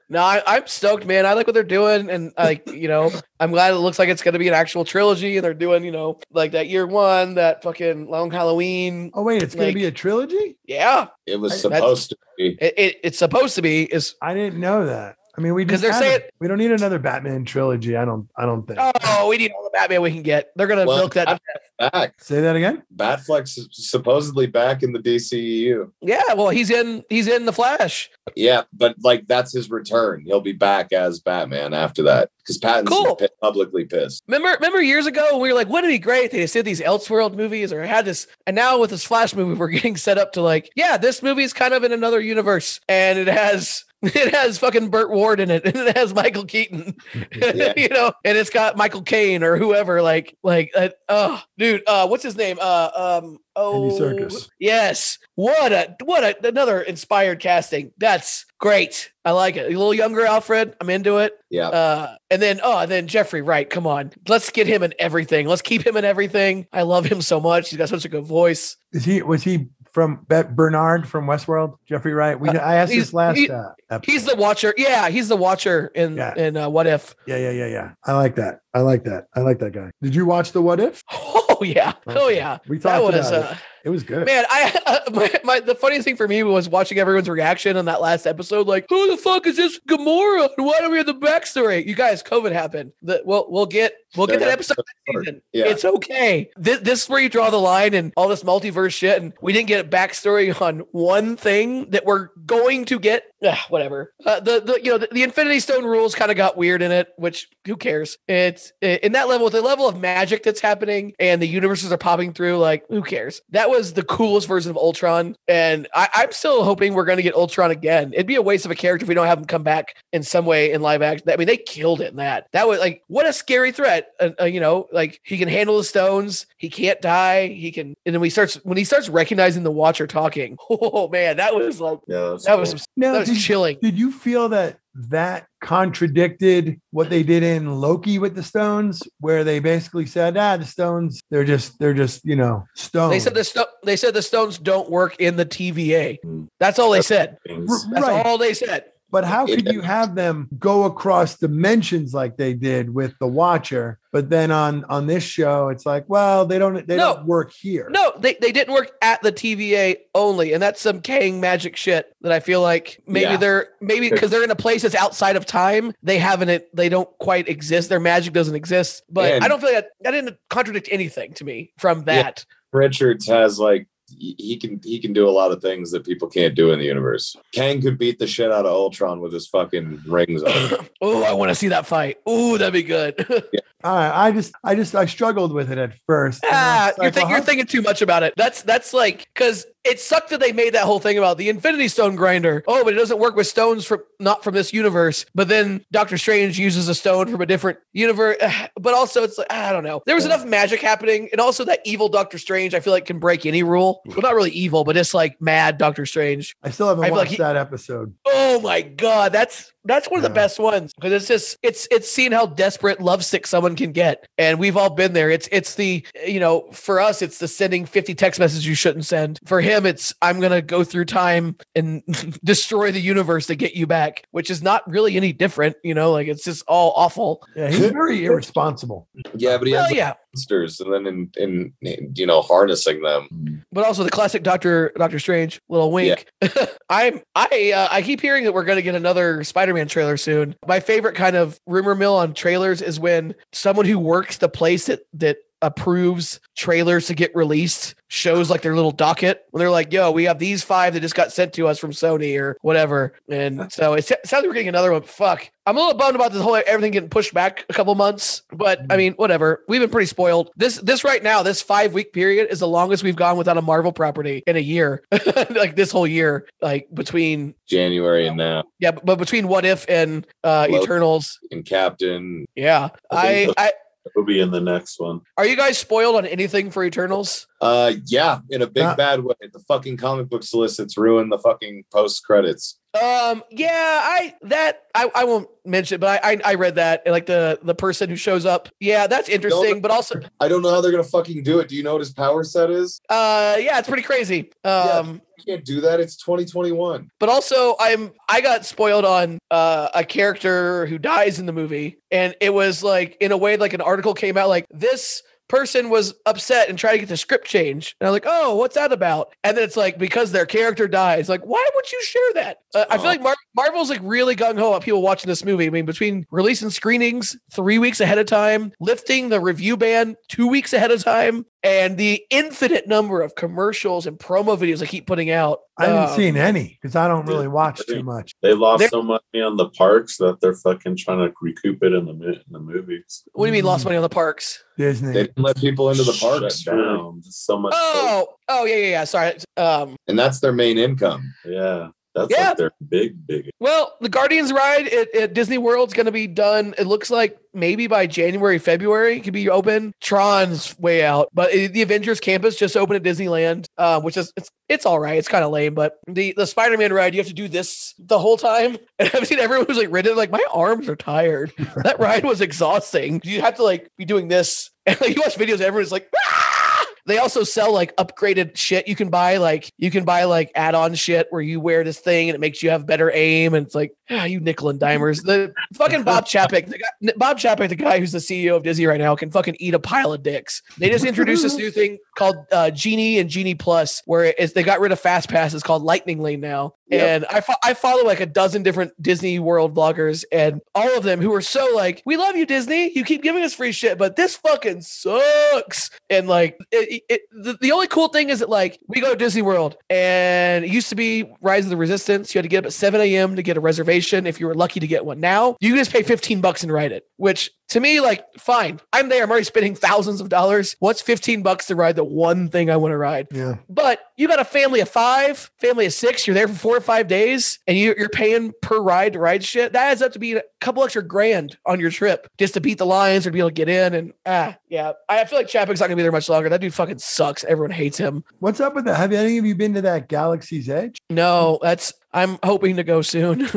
[SPEAKER 7] no, I, I'm stoked, man. I like what they're doing, and like you know, I'm glad it looks like it's going to be an actual trilogy, and they're doing you know like that year one, that fucking long Halloween.
[SPEAKER 5] Oh wait, it's going
[SPEAKER 7] like-
[SPEAKER 5] to be a trilogy?
[SPEAKER 7] Yeah,
[SPEAKER 6] it was
[SPEAKER 7] That's-
[SPEAKER 6] supposed to be.
[SPEAKER 7] it, it, it's supposed to be. Is
[SPEAKER 5] I didn't know that. I mean, we
[SPEAKER 7] 'Cause
[SPEAKER 5] just
[SPEAKER 7] they're
[SPEAKER 5] had
[SPEAKER 7] saying-
[SPEAKER 5] it. we don't need another Batman trilogy. I don't. I don't think.
[SPEAKER 7] oh, we need all the Batman we can get. They're going to
[SPEAKER 6] Well,
[SPEAKER 7] milk that.
[SPEAKER 6] I- Back.
[SPEAKER 5] Say that again.
[SPEAKER 6] Batfleck's is supposedly back in the E DCEU.
[SPEAKER 7] yeah, well, he's in. He's in the Flash.
[SPEAKER 6] Yeah, but like that's his return. He'll be back as Batman after that because Patton's
[SPEAKER 7] Cool.
[SPEAKER 6] pi- publicly pissed.
[SPEAKER 7] Remember, remember years ago when we were like, wouldn't it be great if they just did these Elseworld movies or had this? And now with this Flash movie, we're (laughs) getting set up to like, yeah, this movie is kind of in another universe, and it has (laughs) it has fucking Burt Ward in it, and it has Michael
[SPEAKER 5] (laughs)
[SPEAKER 7] Keaton,
[SPEAKER 6] Yeah.
[SPEAKER 7] (laughs) you know, and it's got Michael Caine or whoever, like, like, uh, oh, dude, uh, what's his name? Uh, um, oh,
[SPEAKER 5] Andy Serkis.
[SPEAKER 7] Yes, what a what a another inspired casting. That's great. I like it. A little younger Alfred. I'm into it.
[SPEAKER 6] Yeah,
[SPEAKER 7] Uh, and then oh, and then Jeffrey Wright. Come on, let's get him in everything. Let's keep him in everything. I love him so much. He's got such a good voice.
[SPEAKER 5] Is he? Was he from Bet Bernard from Westworld? Jeffrey Wright. We. I asked
[SPEAKER 7] Uh, he's-
[SPEAKER 5] this last.
[SPEAKER 7] he-
[SPEAKER 5] uh, episode.
[SPEAKER 7] He's the watcher. Yeah, he's the watcher in
[SPEAKER 5] Yeah.
[SPEAKER 7] in uh, What If. (laughs)
[SPEAKER 5] Yeah, yeah, yeah, yeah. I like that. I like that. I like that guy. Did you watch the What If?
[SPEAKER 7] Oh yeah, oh yeah.
[SPEAKER 5] We
[SPEAKER 7] That
[SPEAKER 5] talked
[SPEAKER 7] was uh,
[SPEAKER 5] about it. It was good.
[SPEAKER 7] man. I (laughs) uh, my, my the funniest thing for me was watching everyone's reaction on that last episode. Like, who the fuck is this Gamora? And Why don't we have the backstory? You guys, COVID happened. The, we'll we'll get we'll get
[SPEAKER 6] They're
[SPEAKER 7] that
[SPEAKER 6] not-
[SPEAKER 7] episode season.
[SPEAKER 6] Yeah.
[SPEAKER 7] It's okay. This, this is where you draw the line and all this multiverse shit. And we didn't get a backstory on one thing that we're going to get. (sighs) Ugh, whatever. Uh, the the you know the, the Infinity Stone rules kind of got weird in it, which who cares? It's in that level with the level of magic that's happening and the universes are popping through. Like who cares? That was the coolest version of Ultron, and I, I'm still hoping we're going to get Ultron again. It'd be a waste of a character if we don't have him come back in some way in live action. I mean, they killed it in that. That was like what a scary threat. Uh, uh, you know, like he can handle the stones. He can't die. He can. And then we starts when he starts recognizing the Watcher talking. (laughs) Oh man, that was like
[SPEAKER 8] Yeah, that's
[SPEAKER 7] that was
[SPEAKER 8] cool.
[SPEAKER 7] some,
[SPEAKER 5] now,
[SPEAKER 7] that
[SPEAKER 5] did,
[SPEAKER 7] was chilling.
[SPEAKER 5] did you feel that that contradicted what they did in Loki with the stones, where they basically said, ah, the stones, they're just, they're just, you know, stones.
[SPEAKER 7] They said the sto- they said the stones don't work in the TVA. That's all they said.
[SPEAKER 5] R-
[SPEAKER 8] Things.
[SPEAKER 7] That's
[SPEAKER 5] right.
[SPEAKER 7] all they said.
[SPEAKER 5] But how
[SPEAKER 6] It-
[SPEAKER 5] could you have them go across dimensions like they did with the Watcher? But then on on this show, it's like, well, they don't they
[SPEAKER 7] No.
[SPEAKER 5] don't work here.
[SPEAKER 7] No, they, they didn't work at the TVA only, and that's some Kang magic shit that I feel like maybe
[SPEAKER 6] Yeah.
[SPEAKER 7] they're maybe because they're in a place that's outside of time. They haven't they don't quite exist. Their magic doesn't exist. But
[SPEAKER 6] And-
[SPEAKER 7] I don't feel like that, that didn't contradict anything to me from
[SPEAKER 6] Yeah.
[SPEAKER 7] that.
[SPEAKER 6] Richards has like he he can he can do a lot of things that people can't do in the universe. Kang could beat the shit out of Ultron with his fucking rings on.
[SPEAKER 7] (coughs) oh, I want to see that fight. Oh, that'd be good. (laughs)
[SPEAKER 5] All right, I just I just I struggled with it at first. and I
[SPEAKER 7] Ah,
[SPEAKER 5] was
[SPEAKER 7] you're,
[SPEAKER 5] like,
[SPEAKER 7] think,
[SPEAKER 5] well,
[SPEAKER 7] you're
[SPEAKER 5] how-
[SPEAKER 7] thinking too much about it. That's that's like because it sucked that they made that whole thing about the Infinity Stone grinder. Oh, but it doesn't work with stones from not from this universe. But then Doctor Strange uses a stone from a different universe. (sighs) Ah, But also, it's like I don't know. There was enough magic happening, and also that evil Doctor Strange. I feel like can break any rule. Well, not really evil, but it's like mad Doctor Strange.
[SPEAKER 5] I still haven't
[SPEAKER 7] I feel
[SPEAKER 5] watched
[SPEAKER 7] like he-
[SPEAKER 5] that episode.
[SPEAKER 7] Oh my god, that's that's one of the
[SPEAKER 5] Yeah.
[SPEAKER 7] best ones because it's just it's it's seeing how desperate lovesick someone can get, and we've all been there. It's it's the you know for us it's the sending fifty text messages you shouldn't send. For him, it's I'm gonna go through time and (laughs) destroy the universe to get you back, which is not really any different. You know, like it's just all awful.
[SPEAKER 5] Yeah, he's very irresponsible.
[SPEAKER 6] yeah, but he has
[SPEAKER 7] Well, yeah,
[SPEAKER 6] monsters, and then in, in you know harnessing them.
[SPEAKER 7] but also the classic Doctor Doctor Strange little wink. (laughs) I'm I uh, I keep hearing that we're going to get another Spider-Man trailer soon. My favorite kind of rumor mill on trailers is when someone who works the place that that approves trailers to get released shows like their little docket when they're like, "Yo, we have these five that just got sent to us from Sony or whatever." And so it sounds like we're getting another one. Fuck, I'm a little bummed about this whole everything getting pushed back a couple months, but I mean, whatever. We've been pretty spoiled. This this right now, this five week period is the longest we've gone without a Marvel property in a year, (laughs) like this whole year, like between
[SPEAKER 6] January and now,
[SPEAKER 7] yeah, but but between What If and uh,
[SPEAKER 6] Loki.
[SPEAKER 7] Eternals,
[SPEAKER 6] and Captain.
[SPEAKER 7] yeah.
[SPEAKER 8] I
[SPEAKER 7] I,
[SPEAKER 8] think
[SPEAKER 7] I
[SPEAKER 8] It'll be in the next one.
[SPEAKER 7] are you guys spoiled on anything for Eternals?
[SPEAKER 6] Uh, yeah, in a big
[SPEAKER 5] Uh,
[SPEAKER 6] bad way. The fucking comic book solicits ruined the fucking post credits.
[SPEAKER 7] Um, yeah, I that I, I won't mention, it, but I, I I read that and like the the person who shows up. Yeah, that's interesting, but also
[SPEAKER 6] I don't know how they're gonna fucking do it. Do you know what his power set is?
[SPEAKER 7] uh yeah, it's pretty crazy. Um
[SPEAKER 6] You can't do that. It's 2021.
[SPEAKER 7] but also I'm I got spoiled on uh, a character who dies in the movie, and it was like in a way like an article came out like this person was upset and tried to get the script change, and I'm like, oh, what's that about? And then it's like because their character dies, like why would you share that? Uh, I feel
[SPEAKER 6] Oh.
[SPEAKER 7] like Mar- Marvel's like really gung ho at people watching this movie. I mean, between releasing screenings three weeks ahead of time, lifting the review ban two weeks ahead of time. And the infinite number of commercials and promo videos they keep putting out.
[SPEAKER 5] I haven't
[SPEAKER 7] um,
[SPEAKER 5] seen any because I don't
[SPEAKER 8] yeah,
[SPEAKER 5] really watch
[SPEAKER 8] great.
[SPEAKER 5] too much.
[SPEAKER 8] They lost
[SPEAKER 7] They're-
[SPEAKER 8] so much money on the parks that they're fucking trying to recoup it in the mo- in the movies.
[SPEAKER 7] What do you mean lost
[SPEAKER 5] Mm.
[SPEAKER 7] money on the parks?
[SPEAKER 5] Disney.
[SPEAKER 6] They didn't let people into the
[SPEAKER 8] Shut
[SPEAKER 6] parks, for-
[SPEAKER 8] down. So much.
[SPEAKER 7] Oh, oh yeah, yeah, yeah. Sorry. Um,
[SPEAKER 6] and that's their main income.
[SPEAKER 8] yeah. That's
[SPEAKER 7] Yeah.
[SPEAKER 8] like their big, big.
[SPEAKER 7] well, the Guardians ride at, at Disney World's going to be done. It looks like maybe by January, February it could be open. Tron's way out, but uh, the Avengers campus just opened at Disneyland, uh, which is it's it's all right. It's kind of lame, but the the Spider Man ride you have to do this the whole time. (laughs) And I've seen everyone who's like ridden like my arms are tired. that ride was exhausting. You have to like be doing this. (laughs) And like, you watch videos, everyone's like, "Ah!" they also sell like upgraded shit. You can buy like you can buy like add-on shit where you wear this thing and it makes you have better aim. And it's like, ah, you nickel and dimers. The fucking Bob Chapek, the guy, Bob Chapek, the guy who's the CEO of Disney right now, can fucking eat a pile of dicks. They just introduced this new thing called uh, Genie and Genie Plus, where it's, they got rid of Fast Pass. It's called Lightning Lane now.
[SPEAKER 6] Yep.
[SPEAKER 7] And I, fo- I follow like a dozen different Disney World vloggers, and all of them who are so like, we love you, Disney. You keep giving us free shit, but this fucking sucks. And like, it, it, the, the only cool thing is that like we go to Disney World, and it used to be Rise of the Resistance. You had to get up at 7 a.m. to get a reservation if you were lucky to get one. Now you can just pay 15 bucks and ride it, which to me, like, fine. I'm there. I'm already spending thousands of dollars. What's 15 bucks to ride the one thing I want to ride?
[SPEAKER 5] yeah.
[SPEAKER 7] But you got a family of five, family of six. You're there for four or five days, and you, you're paying per ride to ride shit. That adds up to be a couple extra grand on your trip just to beat the lines or to be able to get in. And ah, yeah, I feel like Chapek's not gonna be there much longer. That dude fucking sucks. Everyone hates him.
[SPEAKER 5] What's up with that? Have any of you been to that Galaxy's Edge?
[SPEAKER 7] No, that's. I'm hoping to go soon. (laughs)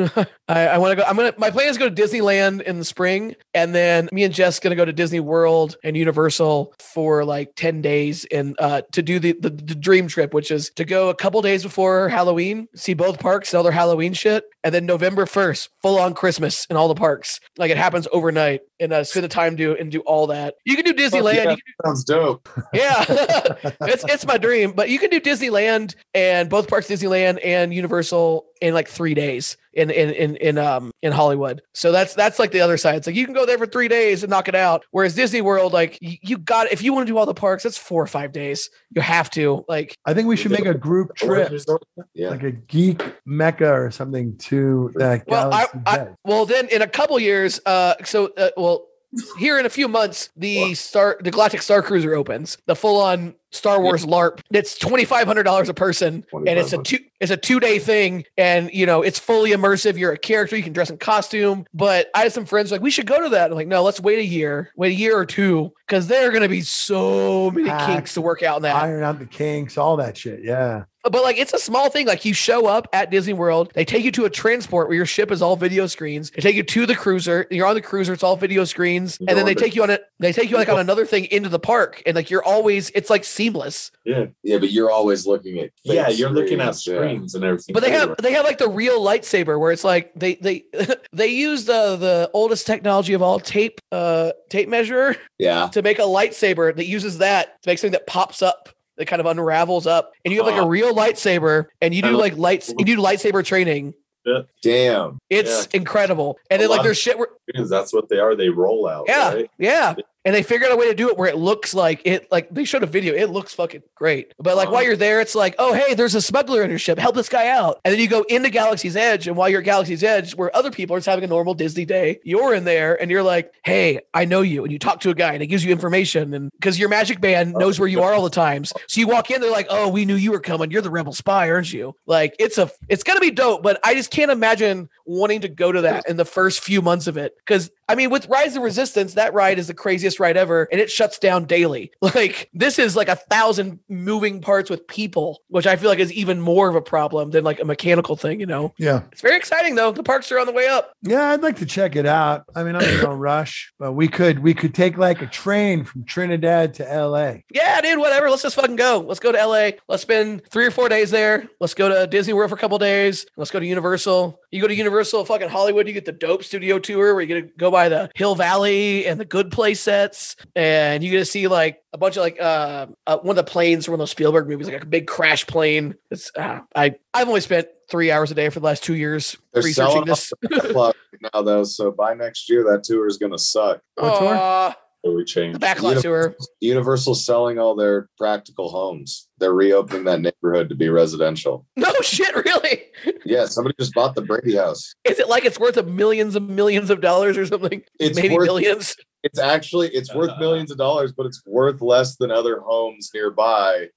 [SPEAKER 7] I, I want to go. I'm gonna. My plan is to go to Disneyland in the spring, and then me and Jess gonna go to Disney World and Universal for like ten days, and uh, to do the, the the dream trip, which is to go a couple days before Halloween, see both parks and all their Halloween shit, and then November first, full on Christmas in all the parks. Like it happens overnight, and uh, spend the time do and do all that. You can do Disneyland.
[SPEAKER 6] yeah.
[SPEAKER 7] you
[SPEAKER 6] Sounds dope.
[SPEAKER 7] yeah, it's it's my dream. But you can do Disneyland and both parks, Disneyland and Universal, in like three days in in in in um in Hollywood. So that's that's like the other side. It's like you can go there for three days and knock it out. Whereas Disney World, like y- you got if you want to do all the parks, that's four or five days. You have to like
[SPEAKER 5] I think we should make a group trip,
[SPEAKER 6] Yeah.
[SPEAKER 5] like a geek mecca or something to that
[SPEAKER 7] Well, I-
[SPEAKER 5] Galaxy's Edge.
[SPEAKER 7] Well, then in a couple years, uh, so uh, well, here in a few months, the star, the Galactic Star Cruiser opens the full on Star Wars LARP. That's twenty five hundred dollars a person, and it's a two, it's a two day thing, and you know it's fully immersive. You're a character, you can dress in costume. But I had some friends like we should go to that. I'm like, no, let's wait a year, wait a year or two, because there are going to be so many
[SPEAKER 5] Packed.
[SPEAKER 7] kinks to work out in that
[SPEAKER 5] iron out the kinks, all that shit. Yeah.
[SPEAKER 7] but like it's a small thing. Like you show up at Disney World, they take you to a transport where your ship is all video screens. They take you to the cruiser. You're on the cruiser. It's all video screens, and then they take you on it. They take you like on another thing into the park, and like you're always. It's like seamless.
[SPEAKER 8] Yeah.
[SPEAKER 6] Yeah, but you're always looking at. fake
[SPEAKER 8] Yeah. You're looking at
[SPEAKER 6] screens, yeah.
[SPEAKER 8] screens and everything.
[SPEAKER 7] But they
[SPEAKER 8] too,
[SPEAKER 7] have
[SPEAKER 8] right?
[SPEAKER 7] they have like the real lightsaber where it's like they they (laughs) they use the the oldest technology of all tape uh tape measure
[SPEAKER 6] Yeah.
[SPEAKER 7] to make a lightsaber that uses that to make something that pops up that kind of unravels up, and you have like
[SPEAKER 8] Huh.
[SPEAKER 7] a real lightsaber, and you
[SPEAKER 8] I
[SPEAKER 7] do
[SPEAKER 8] love-
[SPEAKER 7] like lights you do lightsaber training.
[SPEAKER 8] (laughs)
[SPEAKER 6] Damn.
[SPEAKER 7] It's incredible. And
[SPEAKER 8] A
[SPEAKER 7] then
[SPEAKER 8] lot
[SPEAKER 7] like
[SPEAKER 8] of-
[SPEAKER 7] there's shit where
[SPEAKER 8] Screens, That's what they are. They roll out.
[SPEAKER 7] yeah,
[SPEAKER 8] Right?
[SPEAKER 7] yeah. And they figured out a way to do it where it looks like it like they showed a video. It looks fucking great. But like while
[SPEAKER 8] Uh-huh.
[SPEAKER 7] you're there, it's like, oh hey, there's a smuggler in your ship. Help this guy out. And then you go into Galaxy's Edge, and while you're at Galaxy's Edge, where other people are just having a normal Disney day, you're in there and you're like, hey, I know you. And you talk to a guy and it gives you information. And because your magic band knows where you are all the times. So you walk in, they're like, oh, we knew you were coming. You're the rebel spy, aren't you? Like it's a it's gonna be dope, but I just can't imagine wanting to go to that in the first few months of it. Cause I mean, with Rise of Resistance, that ride is the craziest ride ever, and it shuts down daily. (laughs) Like this is like a thousand moving parts with people, which I feel like is even more of a problem than like a mechanical thing. You know,
[SPEAKER 5] Yeah.
[SPEAKER 7] it's very exciting though. The parks are on the way up.
[SPEAKER 5] Yeah, I'd like to check it out. I mean, I'm in no rush, but we could we could take like a train from Trinidad to LA.
[SPEAKER 7] Yeah, dude, whatever. Let's just fucking go. Let's go to LA. Let's spend three or four days there. Let's go to Disney World for a couple days. Let's go to Universal. You go to Universal, fucking Hollywood, you get the dope studio tour where you get to go by the Hill Valley and the Good Place sets. And you get to see like a bunch of like uh, uh one of the planes from one of those Spielberg movies, like a big crash plane. It's uh, I I've only spent three hours a day for the last two years
[SPEAKER 6] They're selling
[SPEAKER 7] researching this.
[SPEAKER 6] Plug now though, so by next year that tour is gonna suck.
[SPEAKER 5] What tour?
[SPEAKER 7] Aw,
[SPEAKER 8] So we change.
[SPEAKER 7] the backlot tour. (laughs)
[SPEAKER 6] Universal's selling all their practical homes. They're reopening that neighborhood to be residential.
[SPEAKER 7] No shit, really.
[SPEAKER 6] Yeah, somebody just bought the Brady House.
[SPEAKER 7] Is it like it's worth of millions and millions of dollars or something?
[SPEAKER 6] It's
[SPEAKER 7] Maybe
[SPEAKER 6] worth
[SPEAKER 7] (laughs) billions.
[SPEAKER 6] it's actually it's worth
[SPEAKER 8] Uh.
[SPEAKER 6] millions of dollars, but it's worth less than other homes nearby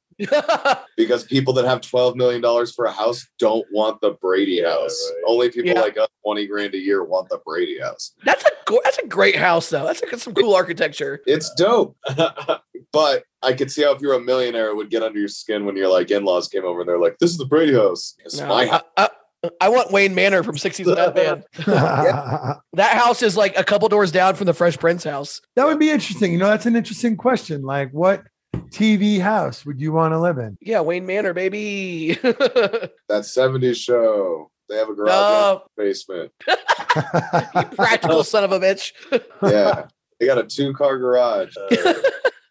[SPEAKER 6] because people that have twelve million dollars for a house don't want the Brady House.
[SPEAKER 8] right.
[SPEAKER 6] Only people
[SPEAKER 7] Yeah.
[SPEAKER 6] like us twenty grand a year want the Brady House.
[SPEAKER 7] That's a go- that's a great house though. That's like some cool architecture.
[SPEAKER 6] It's dope,
[SPEAKER 8] (laughs)
[SPEAKER 6] but I could see how if you were a millionaire, it would get under your skin when your like in-laws came over and they're like, "This is the Brady House. It's
[SPEAKER 7] No,
[SPEAKER 6] my house."
[SPEAKER 7] I, I, I want Wayne Manor from
[SPEAKER 6] (laughs)
[SPEAKER 7] 60s Batman. That house is like a couple doors down from the Fresh Prince house.
[SPEAKER 5] (laughs) That would be interesting. You know, that's an interesting question. Like, what TV house would you want to live in?
[SPEAKER 7] Yeah, Wayne Manor, baby. (laughs)
[SPEAKER 6] That '70s show. They have a garage in
[SPEAKER 7] no,
[SPEAKER 6] the basement.
[SPEAKER 7] practical son of a bitch.
[SPEAKER 6] Yeah, they got a two-car garage.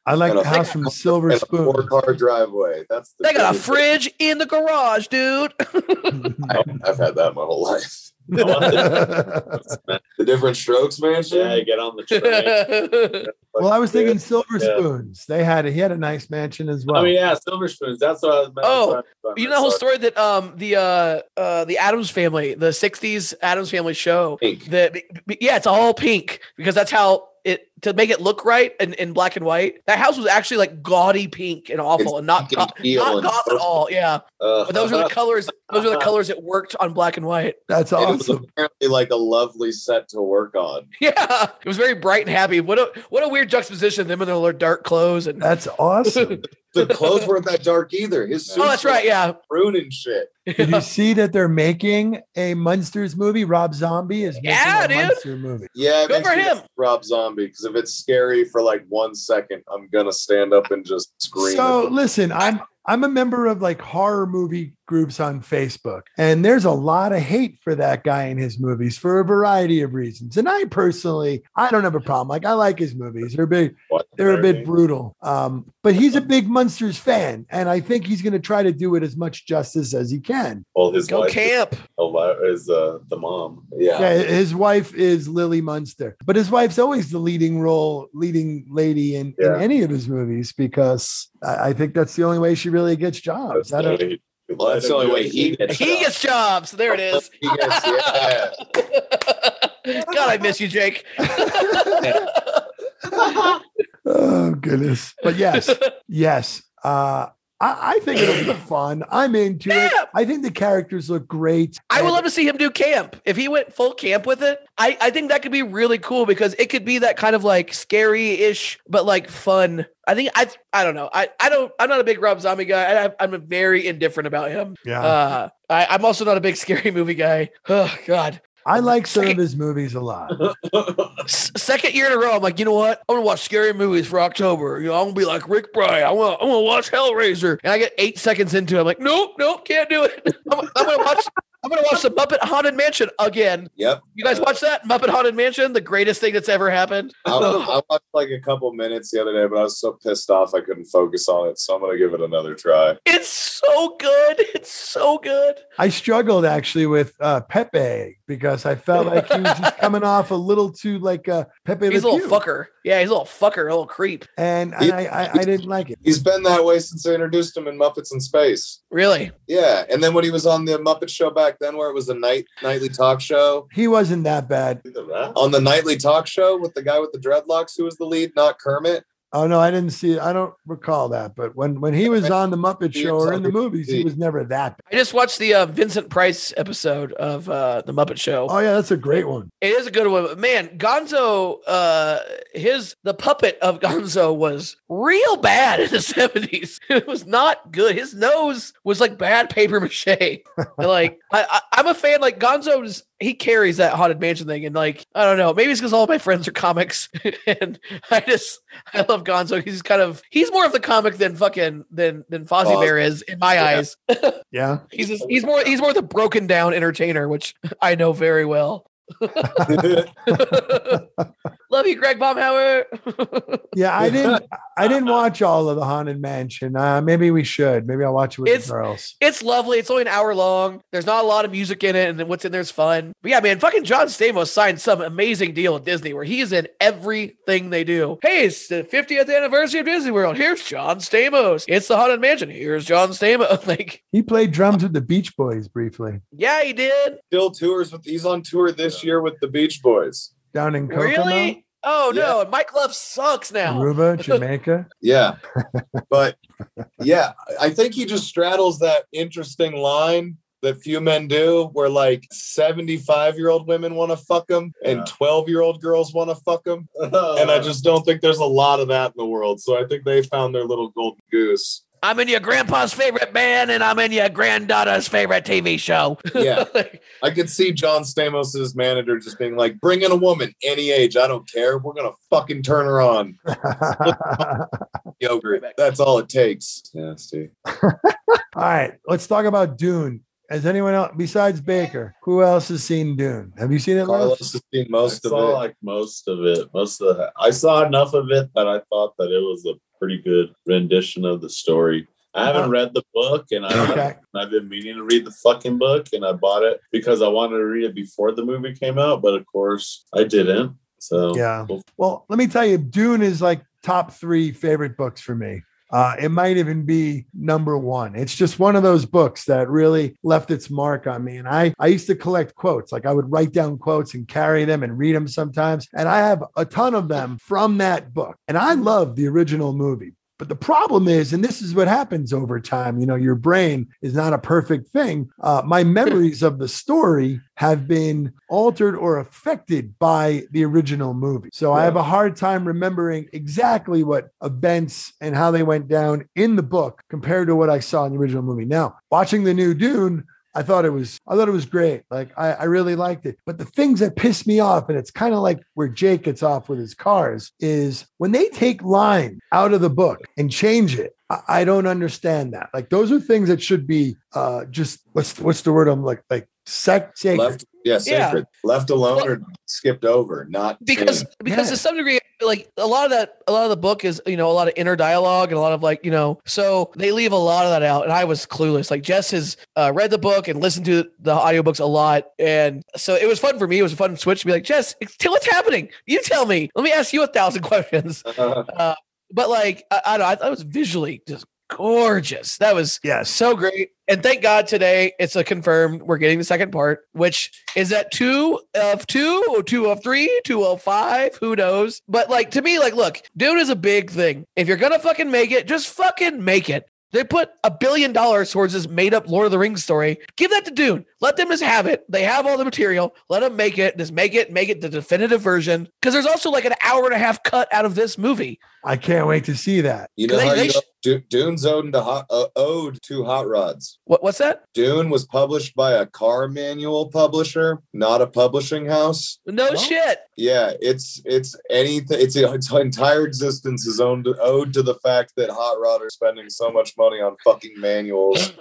[SPEAKER 5] I like
[SPEAKER 6] And a-
[SPEAKER 5] the house from Silver
[SPEAKER 6] and a
[SPEAKER 5] Spoon.
[SPEAKER 6] four-car driveway. That's the (laughs)
[SPEAKER 7] They got a
[SPEAKER 6] biggest-
[SPEAKER 7] fridge in the garage, dude.
[SPEAKER 6] I- I've had that my whole life.
[SPEAKER 5] (laughs) well,
[SPEAKER 6] The different strokes mansion.
[SPEAKER 8] yeah, get on the train.
[SPEAKER 7] yeah,
[SPEAKER 5] I was thinking Silver
[SPEAKER 8] Yeah.
[SPEAKER 5] Spoons. They had a, he had a nice mansion as well.
[SPEAKER 8] I mean, yeah, silver spoons. That's what I was.
[SPEAKER 7] Oh,
[SPEAKER 8] that's what I
[SPEAKER 7] (laughs)
[SPEAKER 8] was-
[SPEAKER 7] you know the whole
[SPEAKER 8] sorry.
[SPEAKER 7] story that um the uh uh the Adams family, the 60s Adams family show
[SPEAKER 6] Pink.
[SPEAKER 7] that b- b- yeah, it's all pink because that's how it to make it look right and in black and white. That house was actually like gaudy pink and awful
[SPEAKER 6] It's
[SPEAKER 7] and not
[SPEAKER 6] pink
[SPEAKER 7] go-
[SPEAKER 6] and teal
[SPEAKER 7] not
[SPEAKER 6] and
[SPEAKER 7] goth at
[SPEAKER 6] purple.
[SPEAKER 7] all. Yeah,
[SPEAKER 8] Uh,
[SPEAKER 7] but
[SPEAKER 8] (laughs)
[SPEAKER 7] those are the colors. Those are the colors that worked on black and white. (laughs)
[SPEAKER 5] That's
[SPEAKER 6] It was
[SPEAKER 5] awesome.
[SPEAKER 6] apparently like a lovely set to work on.
[SPEAKER 7] Yeah, it was very bright and happy. What a what a weird juxtaposition. Them in their dark clothes and oh,
[SPEAKER 5] That's
[SPEAKER 8] (laughs)
[SPEAKER 5] awesome.
[SPEAKER 6] The clothes weren't that dark either. His suits
[SPEAKER 7] oh, that's right. Yeah,
[SPEAKER 6] were maroon and shit.
[SPEAKER 5] Did you see that they're making a Munsters movie? Rob Zombie is making
[SPEAKER 7] Yeah,
[SPEAKER 5] a
[SPEAKER 7] dude.
[SPEAKER 5] Munster movie.
[SPEAKER 6] Yeah, it
[SPEAKER 7] Go
[SPEAKER 6] makes
[SPEAKER 7] for
[SPEAKER 6] me
[SPEAKER 7] him.
[SPEAKER 6] like Rob Zombie. Because if it's scary for like one second, I'm gonna stand up and just scream.
[SPEAKER 5] So listen, I'm I'm a member of like horror movie groups on Facebook, and there's a lot of hate for that guy and his movies for a variety of reasons. And I personally, I don't have a problem. Like I like his movies; they're big,
[SPEAKER 6] What?
[SPEAKER 5] they're a bit brutal. Um, but he's
[SPEAKER 8] (laughs)
[SPEAKER 5] a big Munsters fan, and I think he's going to try to do it as much justice as he can.
[SPEAKER 8] Well, his
[SPEAKER 7] go
[SPEAKER 6] (laughs)
[SPEAKER 8] wife
[SPEAKER 7] camp.
[SPEAKER 8] is uh, the mom. Yeah.
[SPEAKER 5] Yeah, his wife is Lily Munster, but his wife's always the leading role, leading lady in,
[SPEAKER 8] Yeah.
[SPEAKER 5] in any of his movies because I, I think that's the only way she really gets
[SPEAKER 8] That's
[SPEAKER 5] jobs. I
[SPEAKER 8] the
[SPEAKER 5] don't,
[SPEAKER 8] way he-
[SPEAKER 6] Well, that's the only way he gets.
[SPEAKER 7] He
[SPEAKER 6] it.
[SPEAKER 7] gets jobs. There it is.
[SPEAKER 6] (laughs) He gets- yeah.
[SPEAKER 7] (laughs) God, I miss you, Jake.
[SPEAKER 5] (laughs) Oh goodness!
[SPEAKER 7] (laughs)
[SPEAKER 5] But yes, yes. Uh, I, I think it'll be
[SPEAKER 8] (laughs)
[SPEAKER 5] fun. I'm into
[SPEAKER 7] Yeah.
[SPEAKER 5] it. I think the characters look great.
[SPEAKER 7] I would
[SPEAKER 5] And
[SPEAKER 7] love to see him do camp. If he went full camp with it, I, I think that could be really cool because it could be that kind of like scary ish, but like fun. I think I I don't know. I, I don't I'm not a big Rob Zombie guy. I, I'm very indifferent about him.
[SPEAKER 5] Yeah,
[SPEAKER 7] Uh, I, I'm also not a big scary (laughs) movie guy. Oh God!
[SPEAKER 5] I like some of
[SPEAKER 7] second-
[SPEAKER 5] his movies a lot.
[SPEAKER 7] S- second year in a row, I'm like, you know what? I'm gonna watch scary movies for October. You know, I'm gonna be like Rick Bry. I want I want to watch Hellraiser. And I get eight seconds into, it. I'm like, nope, nope, can't do it. (laughs) I'm, I'm gonna watch. I'm gonna watch the Muppet Haunted Mansion again.
[SPEAKER 6] Yep.
[SPEAKER 7] You guys watch that Muppet Haunted Mansion? The greatest thing that's ever happened.
[SPEAKER 6] (laughs) I, I watched like a couple minutes the other day, but I was so pissed off I couldn't focus on it. So I'm gonna give it another try.
[SPEAKER 7] It's so good. It's so good.
[SPEAKER 5] I struggled actually with uh, Pepe because I felt like he was just
[SPEAKER 7] (laughs)
[SPEAKER 5] coming off a little too like uh, Pepe
[SPEAKER 7] He's a
[SPEAKER 5] Le
[SPEAKER 7] little
[SPEAKER 5] Pew.
[SPEAKER 7] fucker. Yeah, he's a little fucker, a little creep.
[SPEAKER 5] and, and I, I I didn't like it.
[SPEAKER 6] He's been that way since they introduced him in Muppets in Space.
[SPEAKER 7] Really.
[SPEAKER 6] Yeah, and then when he was on the Muppet Show back then, where it was a night nightly talk show,
[SPEAKER 5] He wasn't that bad.
[SPEAKER 8] The rat?
[SPEAKER 6] on the nightly talk show with the guy with the dreadlocks who was the lead, not Kermit. (laughs)
[SPEAKER 5] Oh no, I didn't see it. I don't recall that. But when when he was on the Muppet
[SPEAKER 6] He
[SPEAKER 5] Show
[SPEAKER 6] was
[SPEAKER 5] or
[SPEAKER 6] on
[SPEAKER 5] in the movies, he
[SPEAKER 6] TV.
[SPEAKER 5] was never that. Bad.
[SPEAKER 7] I just watched the uh, Vincent Price episode of uh, the Muppet Show.
[SPEAKER 5] Oh yeah, that's a great one.
[SPEAKER 7] It is a good one. But man, Gonzo, uh, his the puppet of (laughs) Gonzo was real bad in the (laughs) 70s. It was not good. His nose was like bad paper mache. And, like I, I, I'm a fan, like Gonzo's he carries that haunted mansion thing, and like I don't know, maybe it's because all my friends are comics, (laughs) and I just I love Gonzo. He's kind of he's more of the comic than fucking than than Fozzie
[SPEAKER 6] Foz-
[SPEAKER 7] Bear is in my
[SPEAKER 6] Yeah.
[SPEAKER 7] eyes.
[SPEAKER 5] Yeah.
[SPEAKER 7] He's just, he's more he's more the broken down entertainer, which (laughs) I know very well. (laughs) Love you, Greg Baumhauer.
[SPEAKER 5] Yeah, I didn't. I didn't watch all of the Haunted Mansion. Uh, maybe we should. Maybe I'll watch it with
[SPEAKER 7] It's-
[SPEAKER 5] the girls.
[SPEAKER 7] it's lovely. It's only an hour long. There's not a lot of music in it, and what's in there's fun. But yeah, man, fucking John Stamos signed some amazing deal at Disney where he's in everything they do. Hey, it's the 50th anniversary of Disney World. Here's John Stamos. It's the Haunted Mansion. Here's John Stamos. (laughs) Like,
[SPEAKER 5] He played drums with the Beach Boys briefly
[SPEAKER 7] yeah, he did.
[SPEAKER 6] Still tours with he's on tour this year with the Beach Boys.
[SPEAKER 5] down in Kokomo,
[SPEAKER 7] Really? Oh no, and Mike Love sucks now. (laughs)
[SPEAKER 5] Aruba, Jamaica.
[SPEAKER 6] Yeah. but yeah, I think he just straddles that interesting line that few men do where like 75 year old women want to fuck him
[SPEAKER 8] Yeah. Uh.
[SPEAKER 6] and 12 year old girls want to fuck him. And I just don't think there's a lot of that in the world. So I think they found their little golden goose.
[SPEAKER 7] I'm in your grandpa's favorite band, and I'm in your granddaughter's favorite TV show. (laughs)
[SPEAKER 6] Yeah.
[SPEAKER 7] Like,
[SPEAKER 6] I could see John Stamos's manager just being like, bring in a woman any age. I don't care. We're going to fucking turn her
[SPEAKER 7] (laughs)
[SPEAKER 6] on. (laughs)
[SPEAKER 5] all
[SPEAKER 6] Yogurt. That's all it takes. Yeah, Steve.
[SPEAKER 5] right, let's talk about Dune. Has anyone else besides Baker? Who else has seen Dune? Have you seen it?
[SPEAKER 6] Carlos
[SPEAKER 5] Carlos?
[SPEAKER 6] has seen
[SPEAKER 8] I
[SPEAKER 6] most
[SPEAKER 8] saw
[SPEAKER 6] of it.
[SPEAKER 8] like most of it. Most of the, I saw enough of it that I thought that it was a pretty good rendition of the story. I haven't
[SPEAKER 5] Uh-huh.
[SPEAKER 8] read the book, and I haven't
[SPEAKER 5] Okay.
[SPEAKER 8] And I've been meaning to read the fucking book, and I bought it because I wanted to read it before the movie came out, but of course I didn't. So
[SPEAKER 5] Yeah.
[SPEAKER 8] Well,
[SPEAKER 5] Well, let me tell you, Dune is like top three favorite books for me. Uh, it might even be number one. It's just one of those books that really left its mark on me. And I, I used to collect quotes. Like I would write down quotes and carry them and read them sometimes. And I have a ton of them from that book. And I love the original movie. But the problem is, and this is what happens over time, you know, your brain is not a perfect thing. Uh, my memories of the story have been altered or affected by the original movie. So I have a hard time remembering exactly what events and how they went down in the book compared to what I saw in the original movie. Now, watching the new Dune, I thought it was I thought it was great. Like I, I really liked it. But the things that piss me off, and it's kind of like where Jake gets off with his cars, is when they take line out of the book and change it. I, I don't understand that. Like those are things that should be uh just what's what's the word I'm like like sec sacred.
[SPEAKER 6] Left, yeah, sacred. Left alone
[SPEAKER 7] Well-
[SPEAKER 6] or skipped over, not
[SPEAKER 7] because
[SPEAKER 6] changed.
[SPEAKER 7] because
[SPEAKER 5] Yeah.
[SPEAKER 7] to some degree like a lot of that a lot of the book is you know a lot of inner dialogue and a lot of like you know so they leave a lot of that out and i was clueless like jess has uh, read the book and listened to the audiobooks a lot and so it was fun for me it was a fun switch to be like jess it's- what's happening you tell me let me ask you a thousand (laughs) questions uh, but like I, I don't know i thought it was visually just gorgeous that was
[SPEAKER 5] Yes.
[SPEAKER 7] so great. And thank God today it's a confirmed we're getting the second part, which is at two of two or two of three, two of five, who knows? But like to me, like, look, Dune is a big thing. If you're gonna fucking make it, just fucking make it. They put a billion dollars towards this made up Lord of the Rings story. Give that to Dune. Let them just have it. They have all the material. Let them make it. Just make it, make it the definitive version. Because there's also like an hour and a half cut out of this movie.
[SPEAKER 5] I can't wait to see that.
[SPEAKER 6] You know
[SPEAKER 7] They-
[SPEAKER 6] how
[SPEAKER 7] they
[SPEAKER 6] you
[SPEAKER 7] sh-
[SPEAKER 6] know, Dune's owed to hot, uh, owed to hot rods.
[SPEAKER 7] What, what's that?
[SPEAKER 6] Dune was published by a car manual publisher, not a publishing house.
[SPEAKER 7] No
[SPEAKER 5] Well,
[SPEAKER 7] shit.
[SPEAKER 6] Yeah, it's it's anything. It's its entire existence is owned owed to the fact that Hot Rod are spending so much money on fucking
[SPEAKER 7] (laughs)
[SPEAKER 6] manuals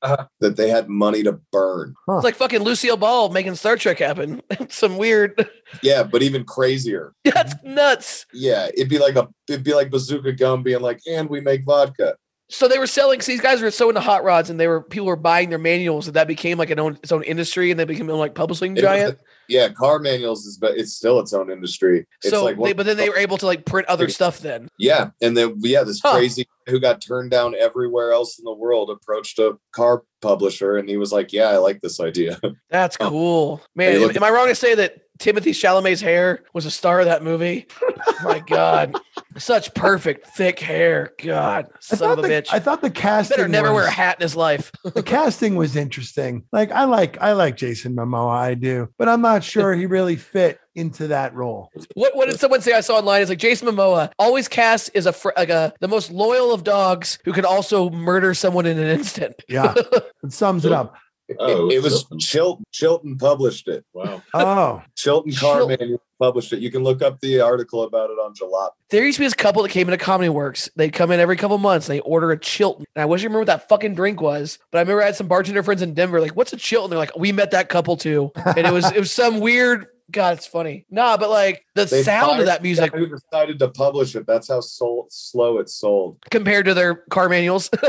[SPEAKER 7] Uh-huh.
[SPEAKER 6] that they had money to burn.
[SPEAKER 7] It's like fucking Lucille Ball making Star Trek happen. (laughs) Some weird. (laughs)
[SPEAKER 6] Yeah, but even crazier.
[SPEAKER 7] That's nuts.
[SPEAKER 6] Yeah, it'd be like a it'd be like Bazooka Gum being like, and we make vodka.
[SPEAKER 7] So they were selling. 'cause These guys were so into hot rods, and they were people were buying their manuals, and that became like an own its own industry, and they became like publishing
[SPEAKER 6] It was-
[SPEAKER 7] giant.
[SPEAKER 6] yeah, car manuals is but it's still its own industry. It's
[SPEAKER 7] so,
[SPEAKER 6] like one-
[SPEAKER 7] they, but then they were able to like print other stuff. Then
[SPEAKER 6] Yeah, and then yeah, this
[SPEAKER 7] Huh.
[SPEAKER 6] crazy who got turned down everywhere else in the world approached a car publisher and he was like, "Yeah, I like this idea."
[SPEAKER 7] that's
[SPEAKER 6] Huh.
[SPEAKER 7] cool, man.
[SPEAKER 6] Hey,
[SPEAKER 7] am,
[SPEAKER 6] look-
[SPEAKER 7] am I wrong to say that Timothy Chalamet's hair was a star of that movie? My God, Such perfect thick hair. God, son of
[SPEAKER 5] thought
[SPEAKER 7] a
[SPEAKER 5] the,
[SPEAKER 7] bitch.
[SPEAKER 5] I thought the casting
[SPEAKER 7] better never wear a
[SPEAKER 5] was-
[SPEAKER 7] hat in his life.
[SPEAKER 5] the casting was interesting. Like I like I like Jason Momoa, I do, but I'm not sure he really fit into that role.
[SPEAKER 7] What what did someone say I saw online? It's like Jason Momoa always cast is a fr- like a the most loyal of dogs who can also murder someone in an instant. (laughs)
[SPEAKER 5] Yeah, it sums it up.
[SPEAKER 8] Oh,
[SPEAKER 6] it, it was
[SPEAKER 8] Chilton.
[SPEAKER 6] Chilton. Chilton published it.
[SPEAKER 8] Wow. (laughs)
[SPEAKER 5] Oh,
[SPEAKER 6] Chilton Car
[SPEAKER 7] Chilton.
[SPEAKER 6] Manual published it. You can look up the article about it on Jalop.
[SPEAKER 7] There used to be this couple that came into Comedy Works. They'd come in every couple months and they order a Chilton. And I wish I remember what that fucking drink was, but I remember I had some bartender friends in Denver, like, what's a Chilton? They're like, we met that couple too. And it was it was some weird God, it's funny. Nah, but like the
[SPEAKER 6] They
[SPEAKER 7] sound of
[SPEAKER 6] fired
[SPEAKER 7] that music
[SPEAKER 6] Who decided to publish it? That's how sold, slow it sold.
[SPEAKER 7] compared to their car manuals. (laughs)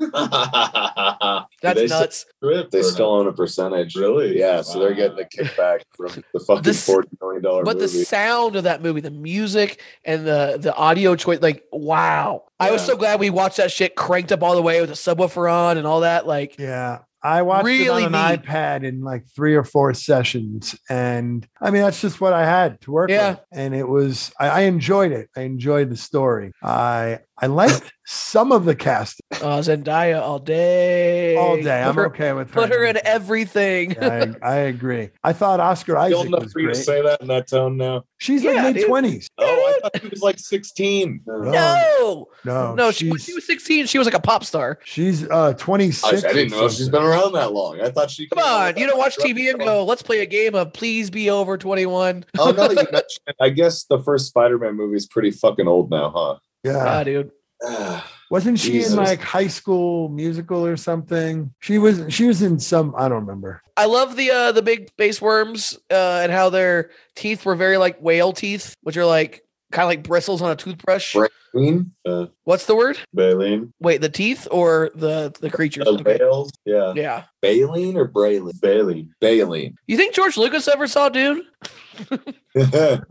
[SPEAKER 7] That's
[SPEAKER 8] they still
[SPEAKER 7] nuts.
[SPEAKER 8] do it
[SPEAKER 6] They
[SPEAKER 8] or
[SPEAKER 6] still
[SPEAKER 8] not?
[SPEAKER 6] own a percentage.
[SPEAKER 8] Really?
[SPEAKER 6] Yeah, so they're
[SPEAKER 8] Wow.
[SPEAKER 6] getting a kickback (laughs) from the fucking
[SPEAKER 7] This-
[SPEAKER 6] forty million dollar
[SPEAKER 7] but
[SPEAKER 6] movie.
[SPEAKER 7] the sound of that movie, the music and the the audio choice, like wow! I was
[SPEAKER 8] Yeah.
[SPEAKER 7] so glad we watched that shit cranked up all the way with the subwoofer on and all that. Like
[SPEAKER 5] yeah. I watched
[SPEAKER 7] Really
[SPEAKER 5] it on an
[SPEAKER 7] neat.
[SPEAKER 5] iPad in like three or four sessions, and I mean that's just what I had to work
[SPEAKER 7] Yeah.
[SPEAKER 5] with, and it was I, I enjoyed it. I enjoyed the story. I I liked some of the casting
[SPEAKER 7] uh, Zendaya all day,
[SPEAKER 5] all day. I'm
[SPEAKER 7] Put her,
[SPEAKER 5] okay with her.
[SPEAKER 7] put her in everything.
[SPEAKER 5] Yeah, I, I agree. I thought Oscar
[SPEAKER 6] Still
[SPEAKER 5] Isaac
[SPEAKER 6] enough
[SPEAKER 5] was
[SPEAKER 6] for you to
[SPEAKER 5] great.
[SPEAKER 6] say that in that tone now.
[SPEAKER 5] She's
[SPEAKER 7] Yeah,
[SPEAKER 5] like
[SPEAKER 7] dude.
[SPEAKER 5] mid twenties.
[SPEAKER 6] Oh, I thought he was like sixteen.
[SPEAKER 5] No,
[SPEAKER 7] No,
[SPEAKER 5] no,
[SPEAKER 7] no, she, when
[SPEAKER 5] she's-
[SPEAKER 7] she was sixteen. She was like a pop star.
[SPEAKER 5] She's uh 26.
[SPEAKER 6] I, I didn't
[SPEAKER 5] or
[SPEAKER 6] know she's
[SPEAKER 5] something.
[SPEAKER 6] been around that long. I thought she.
[SPEAKER 7] Come on, you don't watch TV and go, let's play a game of Please Be Over Twenty One.
[SPEAKER 6] oh no, you mentioned. it. I guess the first Spider-Man movie is pretty fucking old now, huh?
[SPEAKER 5] Yeah.
[SPEAKER 7] Ah, dude,
[SPEAKER 6] (sighs)
[SPEAKER 5] Wasn't she
[SPEAKER 6] Jesus.
[SPEAKER 5] in like high school musical or something? She was she was in some I don't remember. (laughs)
[SPEAKER 7] I love the uh, the big bass worms uh, and how their teeth were very like whale teeth, which are like kind of like bristles on a toothbrush.
[SPEAKER 6] Right. Queen?
[SPEAKER 8] Uh,
[SPEAKER 7] What's the word?
[SPEAKER 8] Baleen.
[SPEAKER 7] Wait, the teeth or the the creatures?
[SPEAKER 8] Uh,
[SPEAKER 7] Okay.
[SPEAKER 8] whales. Yeah.
[SPEAKER 7] Yeah.
[SPEAKER 6] Baleen or Braylon?
[SPEAKER 8] Baleen.
[SPEAKER 7] (laughs)
[SPEAKER 6] Baleen.
[SPEAKER 7] You think George Lucas ever
[SPEAKER 6] (laughs)
[SPEAKER 7] saw Dune?
[SPEAKER 5] All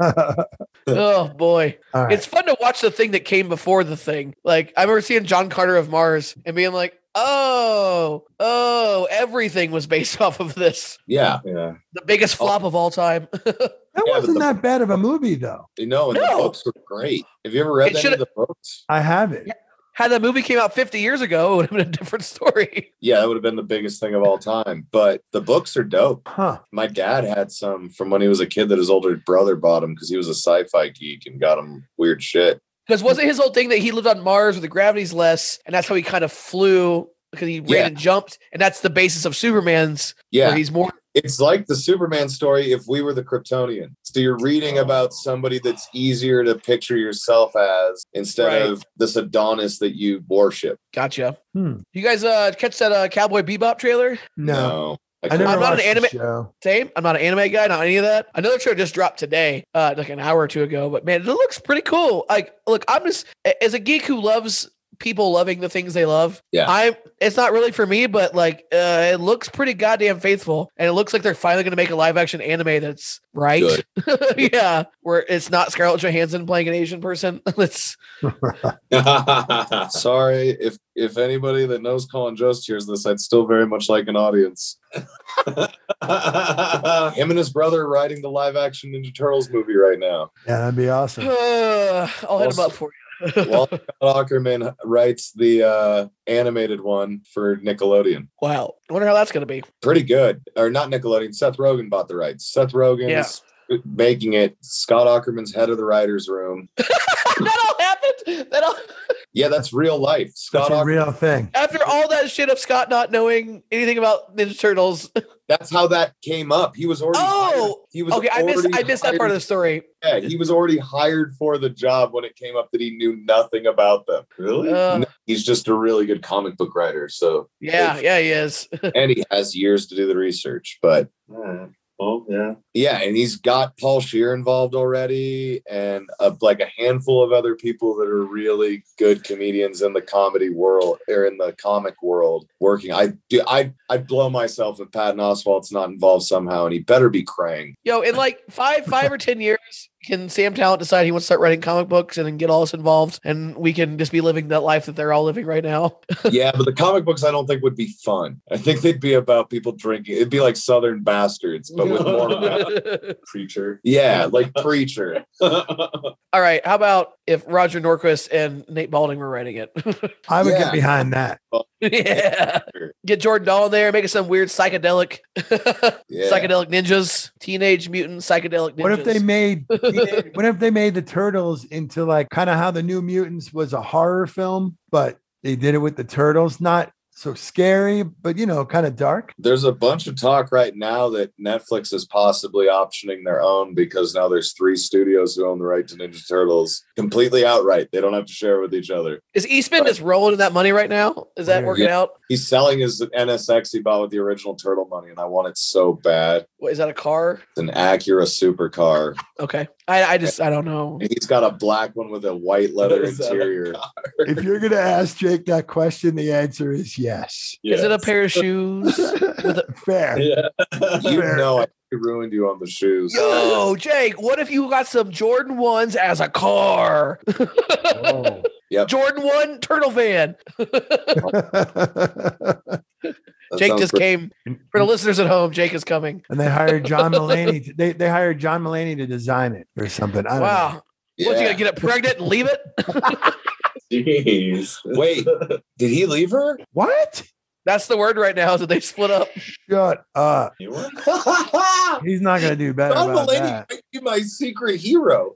[SPEAKER 7] Oh boy.
[SPEAKER 5] right.
[SPEAKER 7] It's fun to watch the thing that came before the thing. Like I remember seeing John Carter of Mars and being like, "Oh, oh, everything was based (laughs) off of this.
[SPEAKER 6] yeah,
[SPEAKER 8] Yeah. (laughs)
[SPEAKER 7] The biggest
[SPEAKER 6] Oh.
[SPEAKER 7] flop of all time." (laughs)
[SPEAKER 5] that
[SPEAKER 6] yeah, but
[SPEAKER 5] wasn't
[SPEAKER 6] the-
[SPEAKER 5] that bad of a movie though.
[SPEAKER 6] you know, and the
[SPEAKER 7] No.
[SPEAKER 6] books were great. Have you ever read
[SPEAKER 7] It
[SPEAKER 6] any
[SPEAKER 7] should've-
[SPEAKER 6] of the books?
[SPEAKER 5] I have it.
[SPEAKER 7] Had that movie came out 50 years ago, it would have been a different story. (laughs)
[SPEAKER 6] Yeah, that would have been the biggest thing of all time. But the books are dope.
[SPEAKER 5] Huh.
[SPEAKER 6] My dad had some from when he was a kid that his older brother bought him because he was a sci-fi geek and got him weird shit.
[SPEAKER 7] Because wasn't his whole thing that he lived on Mars where the gravity's less, and that's how he kind of flew because he ran
[SPEAKER 6] Yeah.
[SPEAKER 7] and jumped, and that's the basis of Superman's where
[SPEAKER 6] Yeah,
[SPEAKER 7] he's more
[SPEAKER 6] it's like the Superman story if we were the Kryptonian. So you're
[SPEAKER 7] Oh.
[SPEAKER 6] reading about somebody that's easier to picture yourself as instead
[SPEAKER 7] Right.
[SPEAKER 6] of this Adonis that you worship.
[SPEAKER 7] Gotcha.
[SPEAKER 5] Hmm.
[SPEAKER 7] You guys uh catch that uh Cowboy Bebop trailer?
[SPEAKER 5] No.
[SPEAKER 6] I
[SPEAKER 5] I never
[SPEAKER 7] I'm not an
[SPEAKER 5] watched the
[SPEAKER 7] anime-
[SPEAKER 5] show.
[SPEAKER 7] Same. I'm not an anime guy, not any of that. Another trailer just dropped today, uh like an hour or two ago, but man, it looks pretty cool. Like look, I'm just a- as a geek who loves people loving the things they love.
[SPEAKER 6] Yeah.
[SPEAKER 7] I'm it's not really for me, but like uh it looks pretty goddamn faithful. And it looks like they're finally gonna make a live action anime that's right.
[SPEAKER 6] Good.
[SPEAKER 7] (laughs) yeah. Where it's not Scarlett Johansson playing an Asian person. (laughs) That's
[SPEAKER 6] Sorry if if anybody that knows Colin Jost hears this, I'd still very much like an
[SPEAKER 7] (laughs)
[SPEAKER 6] audience. Him and his brother are writing the live action Ninja Turtles movie right now.
[SPEAKER 5] Yeah, that'd be awesome.
[SPEAKER 7] uh, I'll hit him
[SPEAKER 6] Also-
[SPEAKER 7] up for you. (laughs)
[SPEAKER 6] Walt Ackerman writes the uh, animated one for Nickelodeon.
[SPEAKER 7] wow. I wonder how that's gonna be.
[SPEAKER 6] Pretty good, or not Nickelodeon. Seth Rogen bought the rights. Seth Rogen
[SPEAKER 7] Yeah.
[SPEAKER 6] is making it. Scott Ackerman's head of the writers' room.
[SPEAKER 7] that all happened. That all
[SPEAKER 6] Yeah, that's real life.
[SPEAKER 5] That's
[SPEAKER 6] Scott
[SPEAKER 5] a
[SPEAKER 6] Ackerman.
[SPEAKER 5] real thing.
[SPEAKER 7] after all that shit of Scott not knowing anything about Ninja Turtles.
[SPEAKER 6] That's how that came up. He was already. hired.
[SPEAKER 7] Oh,
[SPEAKER 6] he was
[SPEAKER 7] okay. I missed. I
[SPEAKER 6] already
[SPEAKER 7] missed that
[SPEAKER 6] hired
[SPEAKER 7] part of the story.
[SPEAKER 6] Yeah, he was already hired for the job when it came up that he knew nothing about them.
[SPEAKER 8] really?
[SPEAKER 7] Uh,
[SPEAKER 6] He's just a really good comic book writer, so
[SPEAKER 7] yeah, yeah, he is.
[SPEAKER 6] and he has years to do the research. But
[SPEAKER 8] Alright. Well, yeah.
[SPEAKER 6] yeah, and he's got Paul Shear involved already, and uh like a handful of other people that are really good comedians in the comedy world or in the comic world working. I do. I I'd blow myself if Patton Oswalt's not involved somehow, and he better be Krang.
[SPEAKER 7] Yo, in like five, five or ten years, Can Sam Talent decide he wants to start writing comic books and then get all us involved, and we can just be living that life that they're all living
[SPEAKER 6] (laughs)
[SPEAKER 7] right now?
[SPEAKER 6] yeah, but the comic books I don't think would be fun. I think they'd be about people drinking. It'd be like Southern Bastards, but with
[SPEAKER 8] (laughs)
[SPEAKER 6] more.
[SPEAKER 8] Preacher.
[SPEAKER 6] yeah, like Preacher.
[SPEAKER 7] all right. How about if Roger Norquist and Nate Balding were writing it?
[SPEAKER 6] (laughs)
[SPEAKER 5] I would
[SPEAKER 6] Yeah.
[SPEAKER 5] get behind that.
[SPEAKER 7] yeah. Get Jordan Dahl in there, make it some weird psychedelic,
[SPEAKER 6] (laughs) Yeah.
[SPEAKER 7] psychedelic ninjas, teenage mutant psychedelic ninjas.
[SPEAKER 5] What if
[SPEAKER 7] (laughs)
[SPEAKER 5] they made what if they made the turtles into like kind of how the new mutants was a horror film, but they did it with the turtles, not so scary, but you know, kind of dark.
[SPEAKER 6] There's a bunch of talk right now that Netflix is possibly optioning their own because now there's three studios who own the right to Ninja Turtles completely outright. They don't have to share with each other.
[SPEAKER 7] Is Eastman just rolling in that money right now? Is that
[SPEAKER 5] Yeah.
[SPEAKER 7] working out?
[SPEAKER 6] He's selling his NSX he bought with the original Turtle money, and I want it so bad.
[SPEAKER 7] What, is that a car?
[SPEAKER 6] It's an Acura supercar.
[SPEAKER 7] Okay. I, I just, I don't know.
[SPEAKER 6] And He's got a black one with a white leather
[SPEAKER 8] Is that a
[SPEAKER 6] interior.
[SPEAKER 5] If you're gonna ask Jake that question, the answer is yes.
[SPEAKER 7] Is it a pair of shoes?
[SPEAKER 5] Fair.
[SPEAKER 8] Yeah.
[SPEAKER 6] You
[SPEAKER 5] Fair.
[SPEAKER 6] know, I (laughs) ruined you on the shoes.
[SPEAKER 7] Yo, Jake, what if you got some Jordan 1s as a car?
[SPEAKER 5] Oh.
[SPEAKER 6] Yep.
[SPEAKER 7] Jordan 1 turtle van.
[SPEAKER 6] That
[SPEAKER 7] Jake
[SPEAKER 6] sounds
[SPEAKER 7] just
[SPEAKER 6] pretty-
[SPEAKER 7] came. For the listeners at home, Jake is coming.
[SPEAKER 5] (laughs) and they hired John Mulaney. To, they they hired John Mulaney to design it or something. I don't know.
[SPEAKER 7] Wow. What, you
[SPEAKER 6] Yeah.
[SPEAKER 7] going to get it pregnant and leave it?
[SPEAKER 8] (laughs) Jeez.
[SPEAKER 6] Wait, did he leave her?
[SPEAKER 5] What?
[SPEAKER 7] That's the word right now is that they split up.
[SPEAKER 5] Shut up.
[SPEAKER 8] You were-
[SPEAKER 6] John
[SPEAKER 5] He's not gonna do better about
[SPEAKER 6] Mulaney
[SPEAKER 5] that.
[SPEAKER 6] might be my secret hero.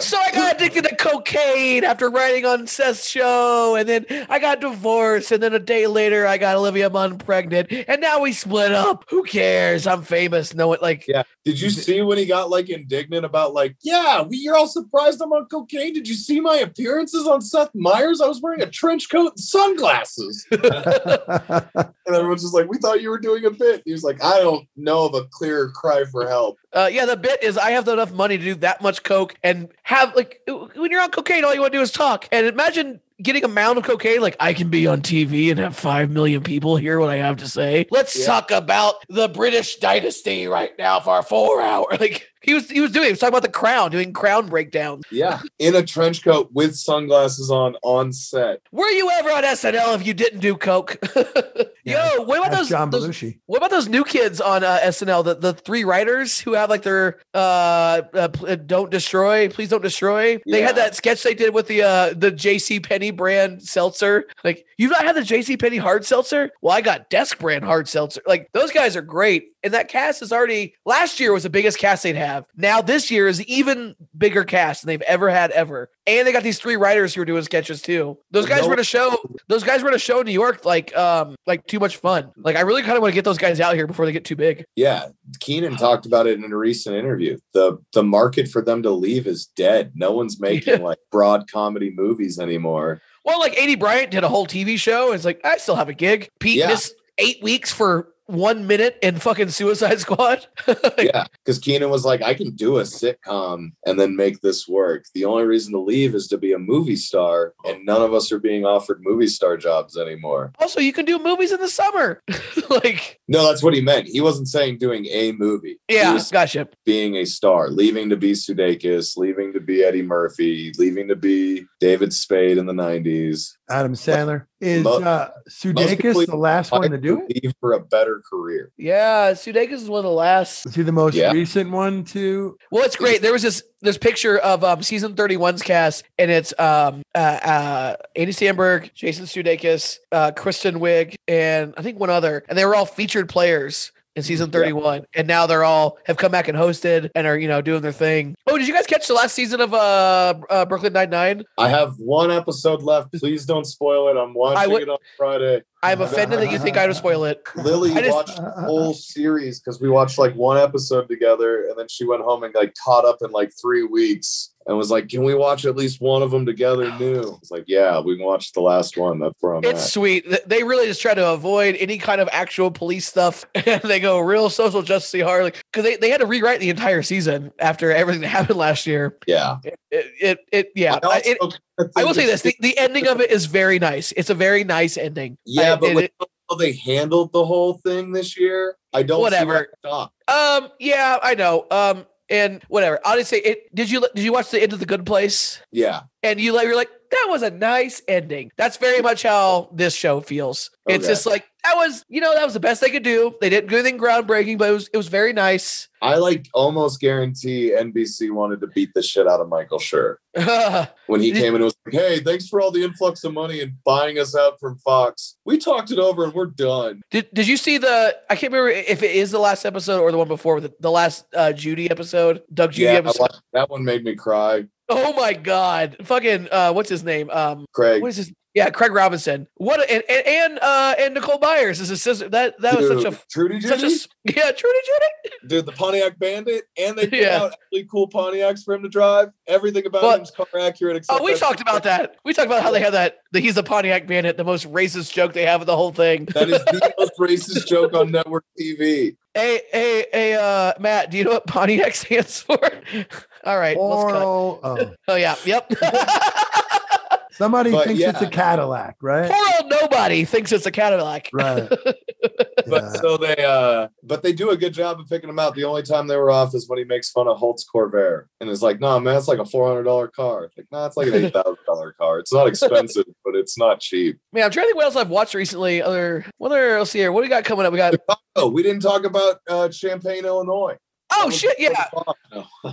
[SPEAKER 7] So I got addicted to cocaine after writing on Seth's show, and then I got divorced, and then a day later I got Olivia Munn pregnant, and now we split up. Who cares? I'm famous. No one like.
[SPEAKER 6] Yeah. Did you see when he got like indignant about like, yeah, we, you're all surprised I'm on cocaine? Did you see my appearances on Seth Meyers? I was wearing a trench coat and
[SPEAKER 7] (laughs)
[SPEAKER 6] sunglasses, (laughs) and everyone's just like, we thought you were doing a bit. He was like, I don't know of a clearer cry for help.
[SPEAKER 7] Uh, yeah, the bit is I have enough money to do that much coke and have like when you're on cocaine, all you want to do is talk. And imagine getting a mound of cocaine, like I can be on TV and have five million people hear what I have to say. Let's
[SPEAKER 6] Yeah.
[SPEAKER 7] talk about the British dynasty right now for four hours. (laughs) Like he was, he was doing. He was talking about the crown, doing crown breakdowns.
[SPEAKER 6] Yeah, in a trench coat with sunglasses on on set.
[SPEAKER 7] Were you ever on SNL if you didn't do coke? (laughs)
[SPEAKER 5] Yeah,
[SPEAKER 7] Yo, what about
[SPEAKER 5] That's
[SPEAKER 7] those,
[SPEAKER 5] John
[SPEAKER 7] those
[SPEAKER 5] Belushi.
[SPEAKER 7] What about those new kids on uh, SNL? The the three writers who have like their uh, uh pl- uh, don't destroy, please don't destroy. They had
[SPEAKER 6] Yeah.
[SPEAKER 7] that sketch they did with the uh the J.C. Penney brand seltzer. Like you've not had the J.C. Penney hard seltzer? Well, I got Desk brand hard seltzer. Like those guys are great, and that cast is already. Last year was the biggest cast they'd have. Now this year is even bigger cast than they've ever had ever. And they got these three writers who are doing sketches too. Those
[SPEAKER 6] But
[SPEAKER 7] guys
[SPEAKER 6] no
[SPEAKER 7] were to show those guys were at a show in New York, like um, like too much fun. Like I really kind of want to get those guys out here before they get too big.
[SPEAKER 6] Yeah, Keenan talked about it in a recent interview. the The market for them to leave is dead. No one's making like broad comedy movies anymore.
[SPEAKER 7] Well, like Adi Bryant did a whole TV show. And it's like I still have a gig. Pete
[SPEAKER 6] Yeah.
[SPEAKER 7] missed eight weeks for one minute in fucking Suicide Squad. (laughs) Like,
[SPEAKER 6] yeah, because Keenan was like, I can do a sitcom and then make this work. The only reason to leave is to be a movie star, and none of us are being offered movie star jobs anymore.
[SPEAKER 7] Also, you can do movies in the summer. (laughs) like
[SPEAKER 6] No, that's what he meant. He wasn't saying doing a movie. He
[SPEAKER 7] yeah,
[SPEAKER 6] was
[SPEAKER 7] gotcha.
[SPEAKER 6] being a star, leaving to be Sudeikis, leaving to be Eddie Murphy, leaving to be David Spade in the 90s.
[SPEAKER 5] Adam Sandler is
[SPEAKER 6] Mo-
[SPEAKER 5] uh,
[SPEAKER 6] people-
[SPEAKER 5] Sudeikis the last one to do it.
[SPEAKER 6] Leave for a better career.
[SPEAKER 7] Yeah, Sudeikis is one of the last
[SPEAKER 5] Is he the most
[SPEAKER 6] Yeah.
[SPEAKER 5] recent one to?
[SPEAKER 7] Well, it's great. There was this this picture of um, season 31's cast, and it's um, uh, uh, Andy Samberg, Jason Sudeikis, uh, Kristen Wiig, and I think one other, and they were all featured players in season 31 and now they're all have come back and hosted and are you know doing their thing oh did you guys catch the last season of uh, uh brooklyn 99
[SPEAKER 6] I have one episode left. Please don't spoil it. I'm watching
[SPEAKER 7] would-
[SPEAKER 6] it on Friday.
[SPEAKER 7] i'm offended that you think i would spoil it
[SPEAKER 6] Lily
[SPEAKER 7] I just-
[SPEAKER 6] watched
[SPEAKER 5] uh,
[SPEAKER 6] whole series because we watched like one episode together and then she went home and like caught up in like three weeks and was like, Can we watch at least one of them
[SPEAKER 7] (sighs)
[SPEAKER 6] together new? It's like, Yeah, we watched the last one. That's where I'm
[SPEAKER 7] It's
[SPEAKER 6] at.
[SPEAKER 7] sweet. Th- They really just try to avoid any kind of actual police stuff, (laughs) and they go real social justice hard, like because they, they had to rewrite the entire season after everything (laughs) that happened last year.
[SPEAKER 6] Yeah.
[SPEAKER 7] It it, it yeah. I, it-
[SPEAKER 6] also think
[SPEAKER 7] I will say this:
[SPEAKER 6] it's-
[SPEAKER 7] the, the ending of it is very nice. It's a very nice ending.
[SPEAKER 6] Yeah,
[SPEAKER 7] I-
[SPEAKER 6] but
[SPEAKER 7] it-
[SPEAKER 6] with how they handled the whole thing this year, I don't see why
[SPEAKER 7] Whatever.
[SPEAKER 6] it stopped.
[SPEAKER 7] um, yeah, I know. Um, and whatever. Honestly, it did you did you watch the end of the Good Place?
[SPEAKER 6] Yeah.
[SPEAKER 7] And you like you're like that was a nice ending. That's very much how this show feels. It's
[SPEAKER 6] Okay.
[SPEAKER 7] just like that was you know that was the best they could do. They didn't do anything groundbreaking, but it was it was very nice. (laughs)
[SPEAKER 6] I like almost guarantee NBC wanted to beat the shit out of Michael Schur when he
[SPEAKER 7] Did-
[SPEAKER 6] came in and was like, hey, thanks for all the influx of money and buying us out from Fox. We talked it over and we're done.
[SPEAKER 7] Did, did you see the? I can't remember if it is the last episode or the one before the, the last uh, Judy episode, Doug Judy
[SPEAKER 6] Yeah, I
[SPEAKER 7] episode.
[SPEAKER 6] watched- that one made me cry.
[SPEAKER 7] Oh my god! Fucking uh, what's his name? Um,
[SPEAKER 6] Craig,
[SPEAKER 7] what is his? Yeah, Craig Robinson. What a, and and and, uh, and Nicole Byers is his sister. That that was such
[SPEAKER 6] dude,
[SPEAKER 7] a
[SPEAKER 6] Trudy
[SPEAKER 7] such a
[SPEAKER 6] Judy,
[SPEAKER 7] s- yeah Trudy Judy.
[SPEAKER 6] dude, the Pontiac Bandit, and they put
[SPEAKER 7] Yeah.
[SPEAKER 6] out really cool Pontiacs for him to drive. Everything about
[SPEAKER 7] But-
[SPEAKER 6] him's car accurate. Except
[SPEAKER 7] Oh, we
[SPEAKER 6] that-
[SPEAKER 7] talked about that. We talked about how they have that. The, he's the Pontiac Bandit, the most racist joke they have in the whole thing.
[SPEAKER 6] That is the most racist joke on network TV.
[SPEAKER 7] Hey hey hey, uh, Matt, do you know what Pontiac (laughs) stands for? All right, let's cut.
[SPEAKER 5] Oral. Oh.
[SPEAKER 7] Oh yeah, yep. (laughs)
[SPEAKER 5] Somebody
[SPEAKER 6] But
[SPEAKER 5] thinks
[SPEAKER 6] yeah.
[SPEAKER 5] it's a Cadillac, right?
[SPEAKER 7] Poor old nobody thinks it's a Cadillac.
[SPEAKER 5] Right.
[SPEAKER 6] (laughs) But
[SPEAKER 5] Yeah.
[SPEAKER 6] so they uh but they do a good job of picking him out. The only time they were off is when he makes fun of Holt's Corvair and it's like, nah, man, that's like a four hundred dollar car. It's Like, nah, it's like an eight thousand dollar car. It's not expensive, but it's not cheap.
[SPEAKER 7] Man, I'm trying to think what else I've watched recently. Other what other else here? What do we got coming up? We
[SPEAKER 6] (laughs)
[SPEAKER 7] got
[SPEAKER 6] Oh, we didn't talk about uh Champaign, Illinois.
[SPEAKER 7] oh shit, yeah.
[SPEAKER 8] (laughs)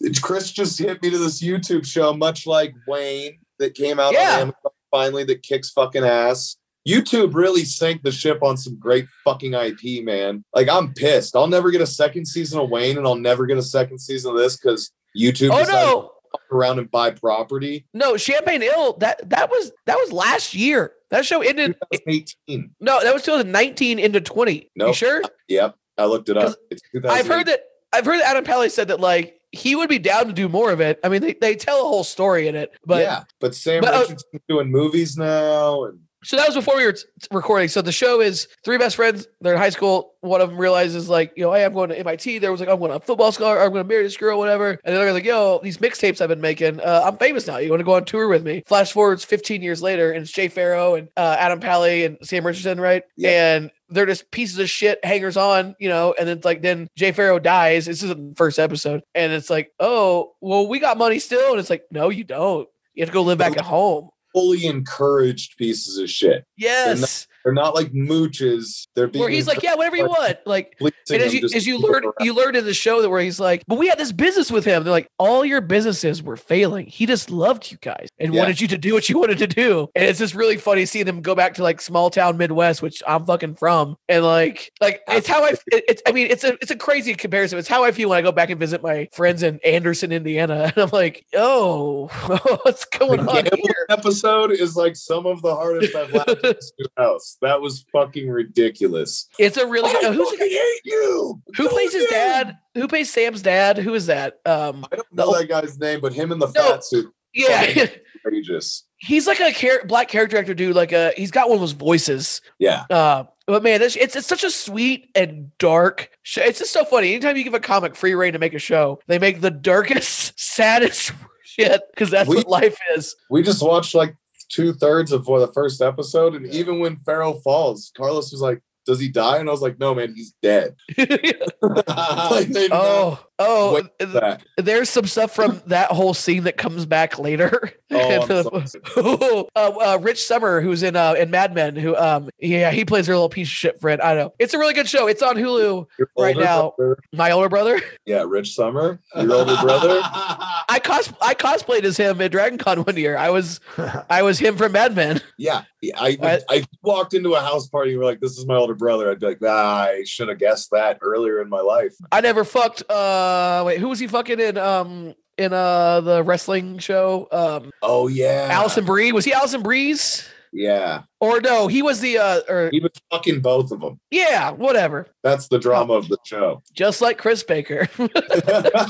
[SPEAKER 6] It's- Chris just hit me to this YouTube show, much like Wayne that came out
[SPEAKER 7] Yeah.
[SPEAKER 6] on Amazon finally that kicks fucking ass. YouTube really sank the ship on some great fucking IP, man. Like I'm pissed. I'll never get a second season of Wayne, and I'll never get a second season of this because YouTube
[SPEAKER 7] Oh
[SPEAKER 6] decided
[SPEAKER 7] no,
[SPEAKER 6] to fuck around and buy property.
[SPEAKER 7] no, Champagne Ill. That that was that was last year. That show ended.
[SPEAKER 6] 2018.
[SPEAKER 7] No, that was 2019 into 20. You
[SPEAKER 6] Nope.
[SPEAKER 7] sure?
[SPEAKER 6] Yep, I looked it up. It's
[SPEAKER 7] I've
[SPEAKER 6] 2018.
[SPEAKER 7] heard that. I've heard that Adam Pally said that like he would be down to do more of it. I mean, they, they tell a whole story in it, but
[SPEAKER 6] yeah, but Sam
[SPEAKER 7] but, uh,
[SPEAKER 6] Richardson's doing movies now, and
[SPEAKER 7] So that was before we were t- recording. So the show is three best friends. They're in high school. One of them realizes, like, you know, hey, I'm going to MIT. There was like, I'm going to a football scholar. I'm going to marry this girl, whatever. And the other guy's like, yo, these mixtapes I've been making, uh, I'm famous now. You want to go on tour with me? Flash forwards 15 years later, and it's Jay Farrow and uh, Adam Pally and Sam Richardson, right?
[SPEAKER 6] Yeah.
[SPEAKER 7] And they're just pieces of shit hangers on, you know, and then it's like then Jay Farrow dies. This is the first episode. And it's like, oh, well, we got money still. And it's like, no, you don't. You have to go live back at home.
[SPEAKER 6] fully encouraged pieces of shit.
[SPEAKER 7] Yes.
[SPEAKER 6] They're not like mooches. They're being
[SPEAKER 7] where he's like, yeah, whatever you want. Like, and as you as you learn you learned in the show that where he's like, but we had this business with him. They're like, all your businesses were failing. He just loved you guys and
[SPEAKER 6] Yeah.
[SPEAKER 7] wanted you to do what you wanted to do. And it's just really funny seeing them go back to like small town Midwest, which I'm fucking from, and like like it's how I it, it's I mean it's a it's a crazy comparison. It's how I feel when I go back and visit my friends in Anderson, Indiana, (laughs) and I'm like, oh, (laughs) what's going on
[SPEAKER 6] gambling
[SPEAKER 7] here?
[SPEAKER 6] episode is like some of the hardest I've laughed at this new house. That was fucking ridiculous.
[SPEAKER 7] It's a really
[SPEAKER 6] I
[SPEAKER 7] who's,
[SPEAKER 6] fucking hate you.
[SPEAKER 7] who plays his dad? Who plays Sam's dad? Who is that? Um,
[SPEAKER 6] I don't know
[SPEAKER 7] The-
[SPEAKER 6] that guy's name, but him in the
[SPEAKER 7] No.
[SPEAKER 6] fat suit
[SPEAKER 7] Yeah,
[SPEAKER 6] outrageous.
[SPEAKER 7] (laughs) he's like a char- black character actor dude. Like a he's got one of those voices.
[SPEAKER 6] Yeah.
[SPEAKER 7] Uh, but man, this, it's it's such a sweet and dark. Show. It's just so funny. Anytime you give a comic free reign to make a show, they make the darkest, (laughs) saddest shit because that's
[SPEAKER 6] We-
[SPEAKER 7] what life is. (laughs)
[SPEAKER 6] We just watched like two thirds of the first episode, and even when Pharaoh falls, Carlos was like, "Does he die?" And I was like, "No, man, he's dead." (laughs)
[SPEAKER 7] (laughs)
[SPEAKER 6] Like, they know
[SPEAKER 7] oh, oh,
[SPEAKER 6] Wait,
[SPEAKER 7] th-
[SPEAKER 6] that.
[SPEAKER 7] there's some
[SPEAKER 6] (laughs)
[SPEAKER 7] stuff from that whole scene that comes back later. (laughs)
[SPEAKER 6] Oh, I'm so excited.
[SPEAKER 7] uh, uh, Rich Summer, who's in uh, in Mad Men, who um yeah he plays her little piece of shit friend. I know it's a really good show. It's on Hulu.
[SPEAKER 6] Your
[SPEAKER 7] Right
[SPEAKER 6] older
[SPEAKER 7] now-
[SPEAKER 6] brother-
[SPEAKER 7] My older brother,
[SPEAKER 6] yeah, Rich Summer, your older brother.
[SPEAKER 7] (laughs) I cos I cosplayed as him at Dragon Con one year. I was I was him from Mad Men.
[SPEAKER 6] Yeah, yeah, I,
[SPEAKER 7] I-
[SPEAKER 6] I, walked into a house party and were like, "This is my older brother." I'd be like, ah, "I should have guessed that earlier in my life."
[SPEAKER 7] I never fucked. Uh, wait, who was he fucking in? Um, in uh the wrestling show, um,
[SPEAKER 6] Oh yeah,
[SPEAKER 7] Allison Bree was he Allison Breeze?
[SPEAKER 6] Yeah,
[SPEAKER 7] Or no, he was the uh, or
[SPEAKER 6] he was fucking both of them.
[SPEAKER 7] yeah, whatever.
[SPEAKER 6] That's the drama of the show. (laughs)
[SPEAKER 7] Just like Chris Baker. (laughs)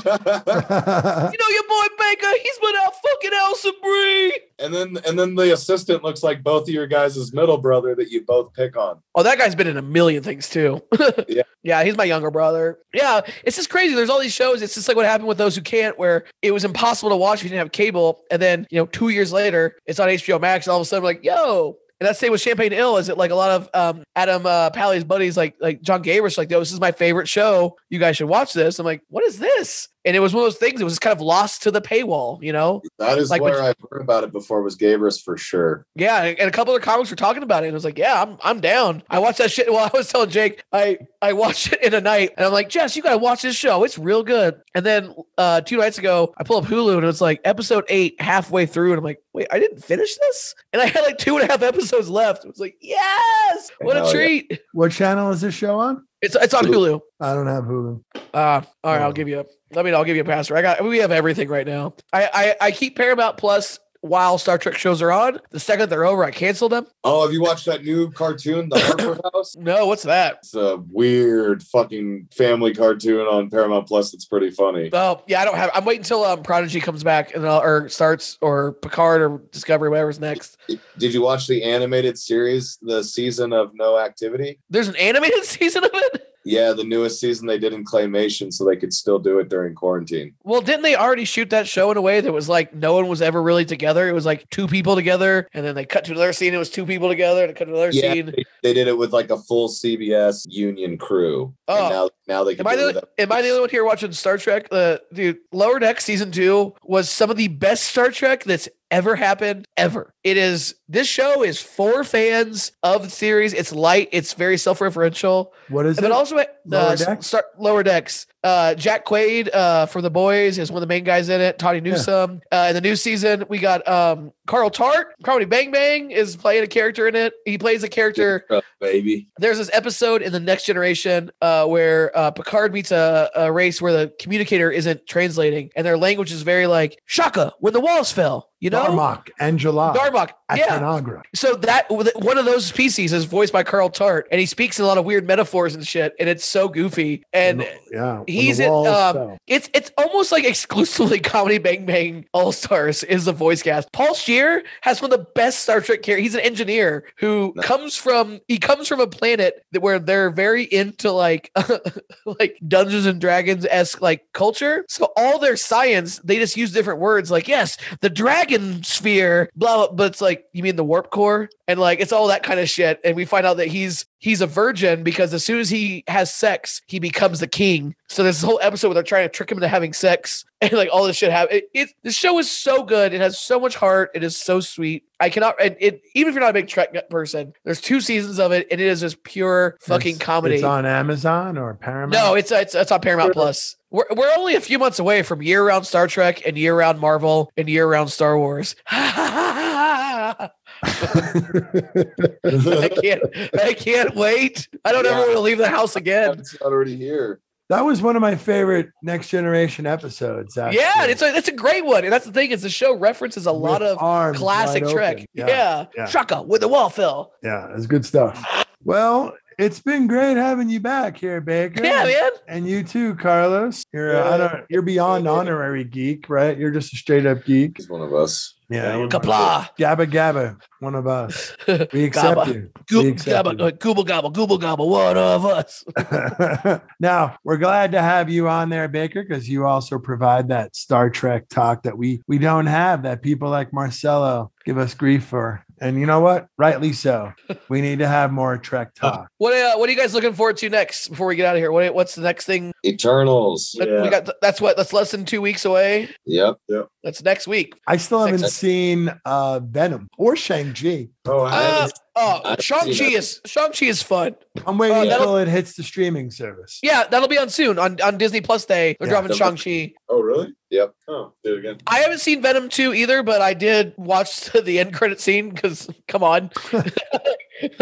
[SPEAKER 7] You know your boy Baker. He's been out fucking Elsa Bree.
[SPEAKER 6] and then, and then the assistant looks like both of your guys' middle brother that you both pick on.
[SPEAKER 7] Oh, that guy's been in a million things too. (laughs)
[SPEAKER 6] Yeah.
[SPEAKER 7] yeah, he's my younger brother. Yeah, it's just crazy. There's all these shows. It's just like what happened with those who can't, where it was impossible to watch if you didn't have cable. And then, you know, two years later, it's on HBO Max, and all of a sudden, we're like, yo, And that's the same with Champagne Ill. Is it like a lot of um, Adam uh, Pally's buddies, like like John Gabris, like, yo, this is my favorite show. You guys should watch this. I'm like, what is this? And it was one of those things. It was kind of lost to the paywall, you know?
[SPEAKER 6] That is
[SPEAKER 7] Like,
[SPEAKER 6] where
[SPEAKER 7] which-
[SPEAKER 6] I've heard about it before was Gabrus for sure.
[SPEAKER 7] Yeah, and a couple of the comics were talking about it, and I was like, "Yeah, I'm I'm down." I watched that shit. (laughs) Well, I was telling Jake, I I watched it in a night, and I'm like, "Jess, you gotta watch this show. It's real good." And then uh, two nights ago, I pull up Hulu, and it's like episode eight, halfway through, and I'm like, "Wait, I didn't finish this?" And I had like two and a half episodes left. I was like, "Yes, what
[SPEAKER 6] Hell
[SPEAKER 7] a
[SPEAKER 6] yeah.
[SPEAKER 7] treat!"
[SPEAKER 5] (laughs) What channel is this show on?
[SPEAKER 7] It's it's on Hulu.
[SPEAKER 5] I don't have Hulu.
[SPEAKER 7] Uh, all
[SPEAKER 6] Mm.
[SPEAKER 7] right,
[SPEAKER 5] Oh.
[SPEAKER 7] I'll give you. A, I mean, I'll give you a passer. I got. We have everything right now. I I, I keep Paramount Plus. While Star Trek shows are on, the second they're over, I cancel them.
[SPEAKER 6] Oh, have you watched that new cartoon, The Harper House?
[SPEAKER 7] No, what's that?
[SPEAKER 6] It's a weird fucking family cartoon on Paramount Plus. It's pretty funny.
[SPEAKER 7] Oh yeah, I don't have. I'm waiting until um, Prodigy comes back and I'll, or starts or Picard or Discovery, whatever's next.
[SPEAKER 6] Did you watch the animated series, the season of No Activity?
[SPEAKER 7] There's an animated (laughs) season of it.
[SPEAKER 6] Yeah, the newest season they did in claymation, so they could still do it during quarantine.
[SPEAKER 7] Well, didn't they already shoot that show in a way that was like no one was ever really together? It was like two people together, and then they cut to another scene. It was two people together, and it cut to another
[SPEAKER 6] Yeah,
[SPEAKER 7] scene.
[SPEAKER 6] they, they did it with like a full CBS union crew.
[SPEAKER 7] Oh.
[SPEAKER 6] and now now they can
[SPEAKER 7] Am I,
[SPEAKER 6] do it (laughs)
[SPEAKER 7] the,
[SPEAKER 6] without-
[SPEAKER 7] am I the only one here watching Star Trek? Uh, dude, Lower Deck season two was some of the best Star Trek that's ever happened ever. It is this show is for fans of the series. It's light. It's very self referential.
[SPEAKER 5] What is
[SPEAKER 7] but
[SPEAKER 5] it?
[SPEAKER 7] also at
[SPEAKER 5] Lower
[SPEAKER 7] uh,
[SPEAKER 5] Decks?
[SPEAKER 7] Start, lower decks. Uh, Jack Quaid uh, for the boys is one of the main guys in it. Toddy Newsome. Uh, in the new season, we got um, Carl Tart. Comedy Bang Bang is playing a character in it. He plays a character
[SPEAKER 6] baby.
[SPEAKER 7] there's this episode in the next generation uh, where uh, Picard meets a, a race where the communicator isn't translating and their language is very like Shaka when the walls fell, you know?
[SPEAKER 5] Darmok, Angela,
[SPEAKER 7] Darmok. Yeah.
[SPEAKER 5] Atanagra.
[SPEAKER 7] So that one of those species is voiced by Carl Tart and he speaks in a lot of weird metaphors and shit and it's so goofy and
[SPEAKER 5] yeah, when the
[SPEAKER 7] he's in,
[SPEAKER 5] walls
[SPEAKER 7] um,
[SPEAKER 5] fell.
[SPEAKER 7] it's it's almost like exclusively (laughs) comedy Bang Bang All Stars is the voice cast. Paul Shear has one of the best Star Trek characters. He's an engineer who
[SPEAKER 6] Nice.
[SPEAKER 7] comes from he comes from a planet that where they're very into like (laughs) like Dungeons and Dragons esque like culture. So all their science they just use different words like yes the dragon sphere blah, blah but it's like you mean the warp core and like it's all that kind of shit and we find out that he's he's a virgin because as soon as he has sex he becomes the king so there's this whole episode where they're trying to trick him into having sex (laughs) and like all this shit happen it, it the show is so good it has so much heart it is so sweet i cannot and it even if you're not a big trek person there's two seasons of it and it is just pure fucking
[SPEAKER 5] It's-
[SPEAKER 7] comedy
[SPEAKER 5] It's on Amazon or Paramount.
[SPEAKER 7] no, it's it's it's on Paramount Plus. We're we're only a few months away from year round Star Trek and year round Marvel and year round Star Wars. (laughs) I
[SPEAKER 6] (laughs)
[SPEAKER 7] can't I can't wait. I don't ever
[SPEAKER 6] Yeah.
[SPEAKER 7] want to leave the house again.
[SPEAKER 6] It's not already here.
[SPEAKER 5] that was one of my favorite Next Generation episodes. Actually.
[SPEAKER 7] Yeah, it's a it's a great one. And that's the thing, is the show references a lot
[SPEAKER 5] With
[SPEAKER 7] of
[SPEAKER 5] arms
[SPEAKER 7] classic
[SPEAKER 5] wide
[SPEAKER 7] Trek.
[SPEAKER 5] open.
[SPEAKER 7] Yeah.
[SPEAKER 5] yeah, yeah.
[SPEAKER 7] Shaka with the wall fell.
[SPEAKER 5] yeah, it's good stuff. Well, it's been great having you back here, Baker.
[SPEAKER 7] Yeah, man.
[SPEAKER 5] And you too, Carlos. You're uh, I don't, you're beyond honorary geek, right? You're just a straight up geek.
[SPEAKER 6] He's one of us.
[SPEAKER 5] Yeah.
[SPEAKER 8] Yeah,
[SPEAKER 5] you're-
[SPEAKER 7] Kapla.
[SPEAKER 5] Gabba Gabba, one
[SPEAKER 7] (laughs)
[SPEAKER 5] of us. We accept
[SPEAKER 7] Gabba.
[SPEAKER 5] you. We
[SPEAKER 7] Goo-
[SPEAKER 5] accept
[SPEAKER 7] gabba, uh, Gooble gobble, Google gobble, one of us.
[SPEAKER 5] you. (laughs) now we're glad to have you on there, Baker, because you also provide that Star Trek talk that we we don't have that people like Marcelo give us grief for. And you know what? Rightly so. We need to have more Trek talk.
[SPEAKER 7] What uh, what are you guys looking forward to next before we get out of here? What what's the next thing
[SPEAKER 6] Eternals.
[SPEAKER 7] That-
[SPEAKER 8] Yeah.
[SPEAKER 7] We got that's what that's less than two weeks away.
[SPEAKER 6] Yep.
[SPEAKER 7] That's next week.
[SPEAKER 5] I still
[SPEAKER 7] Six-
[SPEAKER 5] haven't seen uh Venom or Shang Chi.
[SPEAKER 8] Oh, I haven't
[SPEAKER 7] Uh, oh,
[SPEAKER 6] I've
[SPEAKER 7] Shang Chi
[SPEAKER 6] seen it.
[SPEAKER 7] is Shang Chi is fun.
[SPEAKER 5] I'm waiting
[SPEAKER 7] Oh, that'll-
[SPEAKER 5] until it hits the streaming service.
[SPEAKER 7] Yeah, that'll be on soon on, on Disney Plus Day. They're
[SPEAKER 5] Yeah.
[SPEAKER 7] dropping Shang Chi.
[SPEAKER 8] Oh, really?
[SPEAKER 6] Yep.
[SPEAKER 8] Oh, do it again.
[SPEAKER 7] I haven't seen Venom two either, but I did watch (laughs) the end credit scene because come on, (laughs)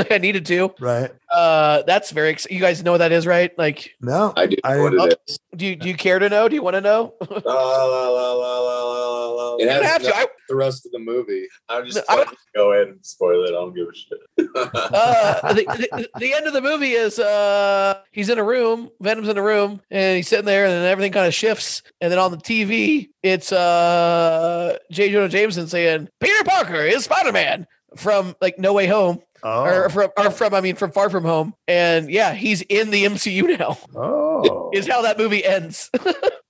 [SPEAKER 7] I needed to.
[SPEAKER 5] Right.
[SPEAKER 7] Uh, that's very. Ex- you guys know what that is, right? Like,
[SPEAKER 5] No.
[SPEAKER 6] I do.
[SPEAKER 5] I-
[SPEAKER 6] know what
[SPEAKER 7] oh,
[SPEAKER 6] it, is.
[SPEAKER 7] do you, do you care to know? Do you want to know?
[SPEAKER 8] La, la, la, la, la, la, la,
[SPEAKER 6] It
[SPEAKER 8] la.
[SPEAKER 7] You
[SPEAKER 6] has
[SPEAKER 7] don't have to. (laughs) I,
[SPEAKER 6] the rest of the movie.
[SPEAKER 8] I'm just
[SPEAKER 7] I don't-
[SPEAKER 8] fucking go ahead and spoil it. I don't give a shit.
[SPEAKER 7] uh, the, the, the end of the movie is uh, he's in a room, Venom's in a room, and he's sitting there, and then everything kind of shifts. And then on the TV, it's uh, J. Jonah Jameson saying, Peter Parker is Spider Man from like No Way Home, or
[SPEAKER 5] Oh.
[SPEAKER 7] from, or from, I mean, from Far From Home. And yeah, he's in the MCU (laughs) now.
[SPEAKER 5] oh. Oh,
[SPEAKER 7] is how that movie ends. (laughs)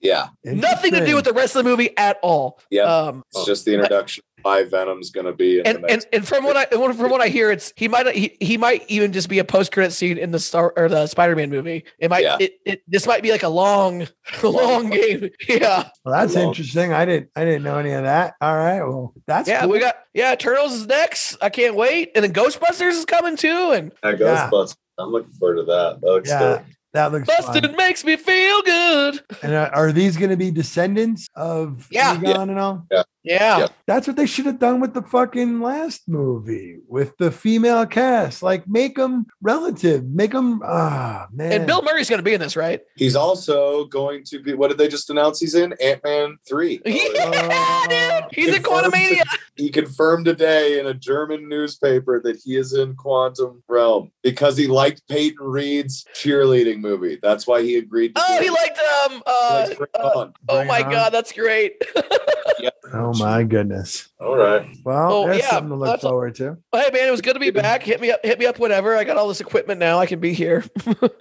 [SPEAKER 6] Yeah,
[SPEAKER 7] Nothing to do with the rest of the movie at all.
[SPEAKER 6] yeah.
[SPEAKER 7] Um,
[SPEAKER 6] it's just the introduction. of Why Venom's gonna be in
[SPEAKER 7] and,
[SPEAKER 6] the
[SPEAKER 7] and
[SPEAKER 6] next.
[SPEAKER 7] and from what I from what I hear, it's he might he, he might even just be a post credit scene in the star or the Spider Man movie. It might
[SPEAKER 6] Yeah.
[SPEAKER 7] it, it this might be like a long (laughs) long game. (laughs) Yeah,
[SPEAKER 5] Well, that's
[SPEAKER 7] Oh.
[SPEAKER 6] Well-
[SPEAKER 5] interesting. I didn't. I didn't know any of that. All right. Well, that's
[SPEAKER 7] yeah.
[SPEAKER 5] cool.
[SPEAKER 7] We got yeah. Turtles is next. I can't wait. And then Ghostbusters is coming too. And
[SPEAKER 8] That
[SPEAKER 5] Yeah.
[SPEAKER 8] Ghostbusters. I'm looking forward to that. That looks
[SPEAKER 5] Yeah,
[SPEAKER 8] dope.
[SPEAKER 5] that looks fun.
[SPEAKER 7] Busted makes me feel good.
[SPEAKER 5] And uh, are these going to be descendants of
[SPEAKER 7] Yeah.
[SPEAKER 5] Egon and all?
[SPEAKER 7] Yeah.
[SPEAKER 6] Yeah.
[SPEAKER 5] That's what they should have done with the fucking last movie with the female cast. Like, make them relative. Make them. Ah, man.
[SPEAKER 7] And Bill Murray's going to be in this, right? (laughs)
[SPEAKER 6] He's also going to be. What did they just announce? He's in Ant Man three. Oh,
[SPEAKER 7] Yeah, dude. He's in
[SPEAKER 6] Confirmed-
[SPEAKER 7] Quantumania.
[SPEAKER 6] He confirmed today in a German newspaper that he is in Quantum Realm because he liked Peyton Reed's cheerleading movie. That's why he agreed. To
[SPEAKER 7] Oh,
[SPEAKER 6] do
[SPEAKER 7] he
[SPEAKER 6] it.
[SPEAKER 7] liked um. Uh,
[SPEAKER 6] Like, bring it
[SPEAKER 7] uh,
[SPEAKER 6] on.
[SPEAKER 7] oh
[SPEAKER 5] Bring
[SPEAKER 7] my
[SPEAKER 5] it on.
[SPEAKER 7] God, that's great. (laughs)
[SPEAKER 5] Oh my goodness.
[SPEAKER 8] All right.
[SPEAKER 5] Well,
[SPEAKER 7] Oh,
[SPEAKER 5] there's
[SPEAKER 7] yeah,
[SPEAKER 5] something to look
[SPEAKER 7] that's a-
[SPEAKER 5] forward to.
[SPEAKER 7] Well, hey man, it was good to be back. Hit me up, hit me up whenever. I got all this equipment now. I can be here.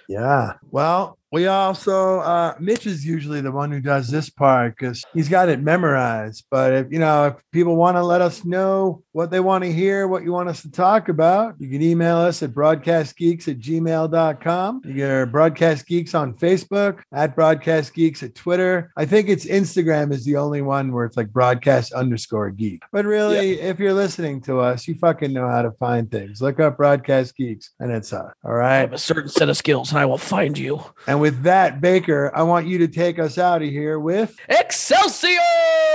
[SPEAKER 5] Yeah. Well, we also uh Mitch is usually the one who does this part because he's got it memorized. But if you know, if people want to let us know what they want to hear, what you want us to talk about, you can email us at broadcastgeeks at gmail.com. You get our broadcast geeks on Facebook at broadcast geeks at Twitter. I think it's Instagram is the only one where it's like broadcast underscore geek. But really, if you're listening to us, you fucking know how to find things. Look up broadcast geeks and it's us. All
[SPEAKER 7] I
[SPEAKER 5] right.
[SPEAKER 7] have a certain set of skills, and I will find you.
[SPEAKER 5] And with that, Baker, I want you to take us out of here with.
[SPEAKER 7] Excelsior!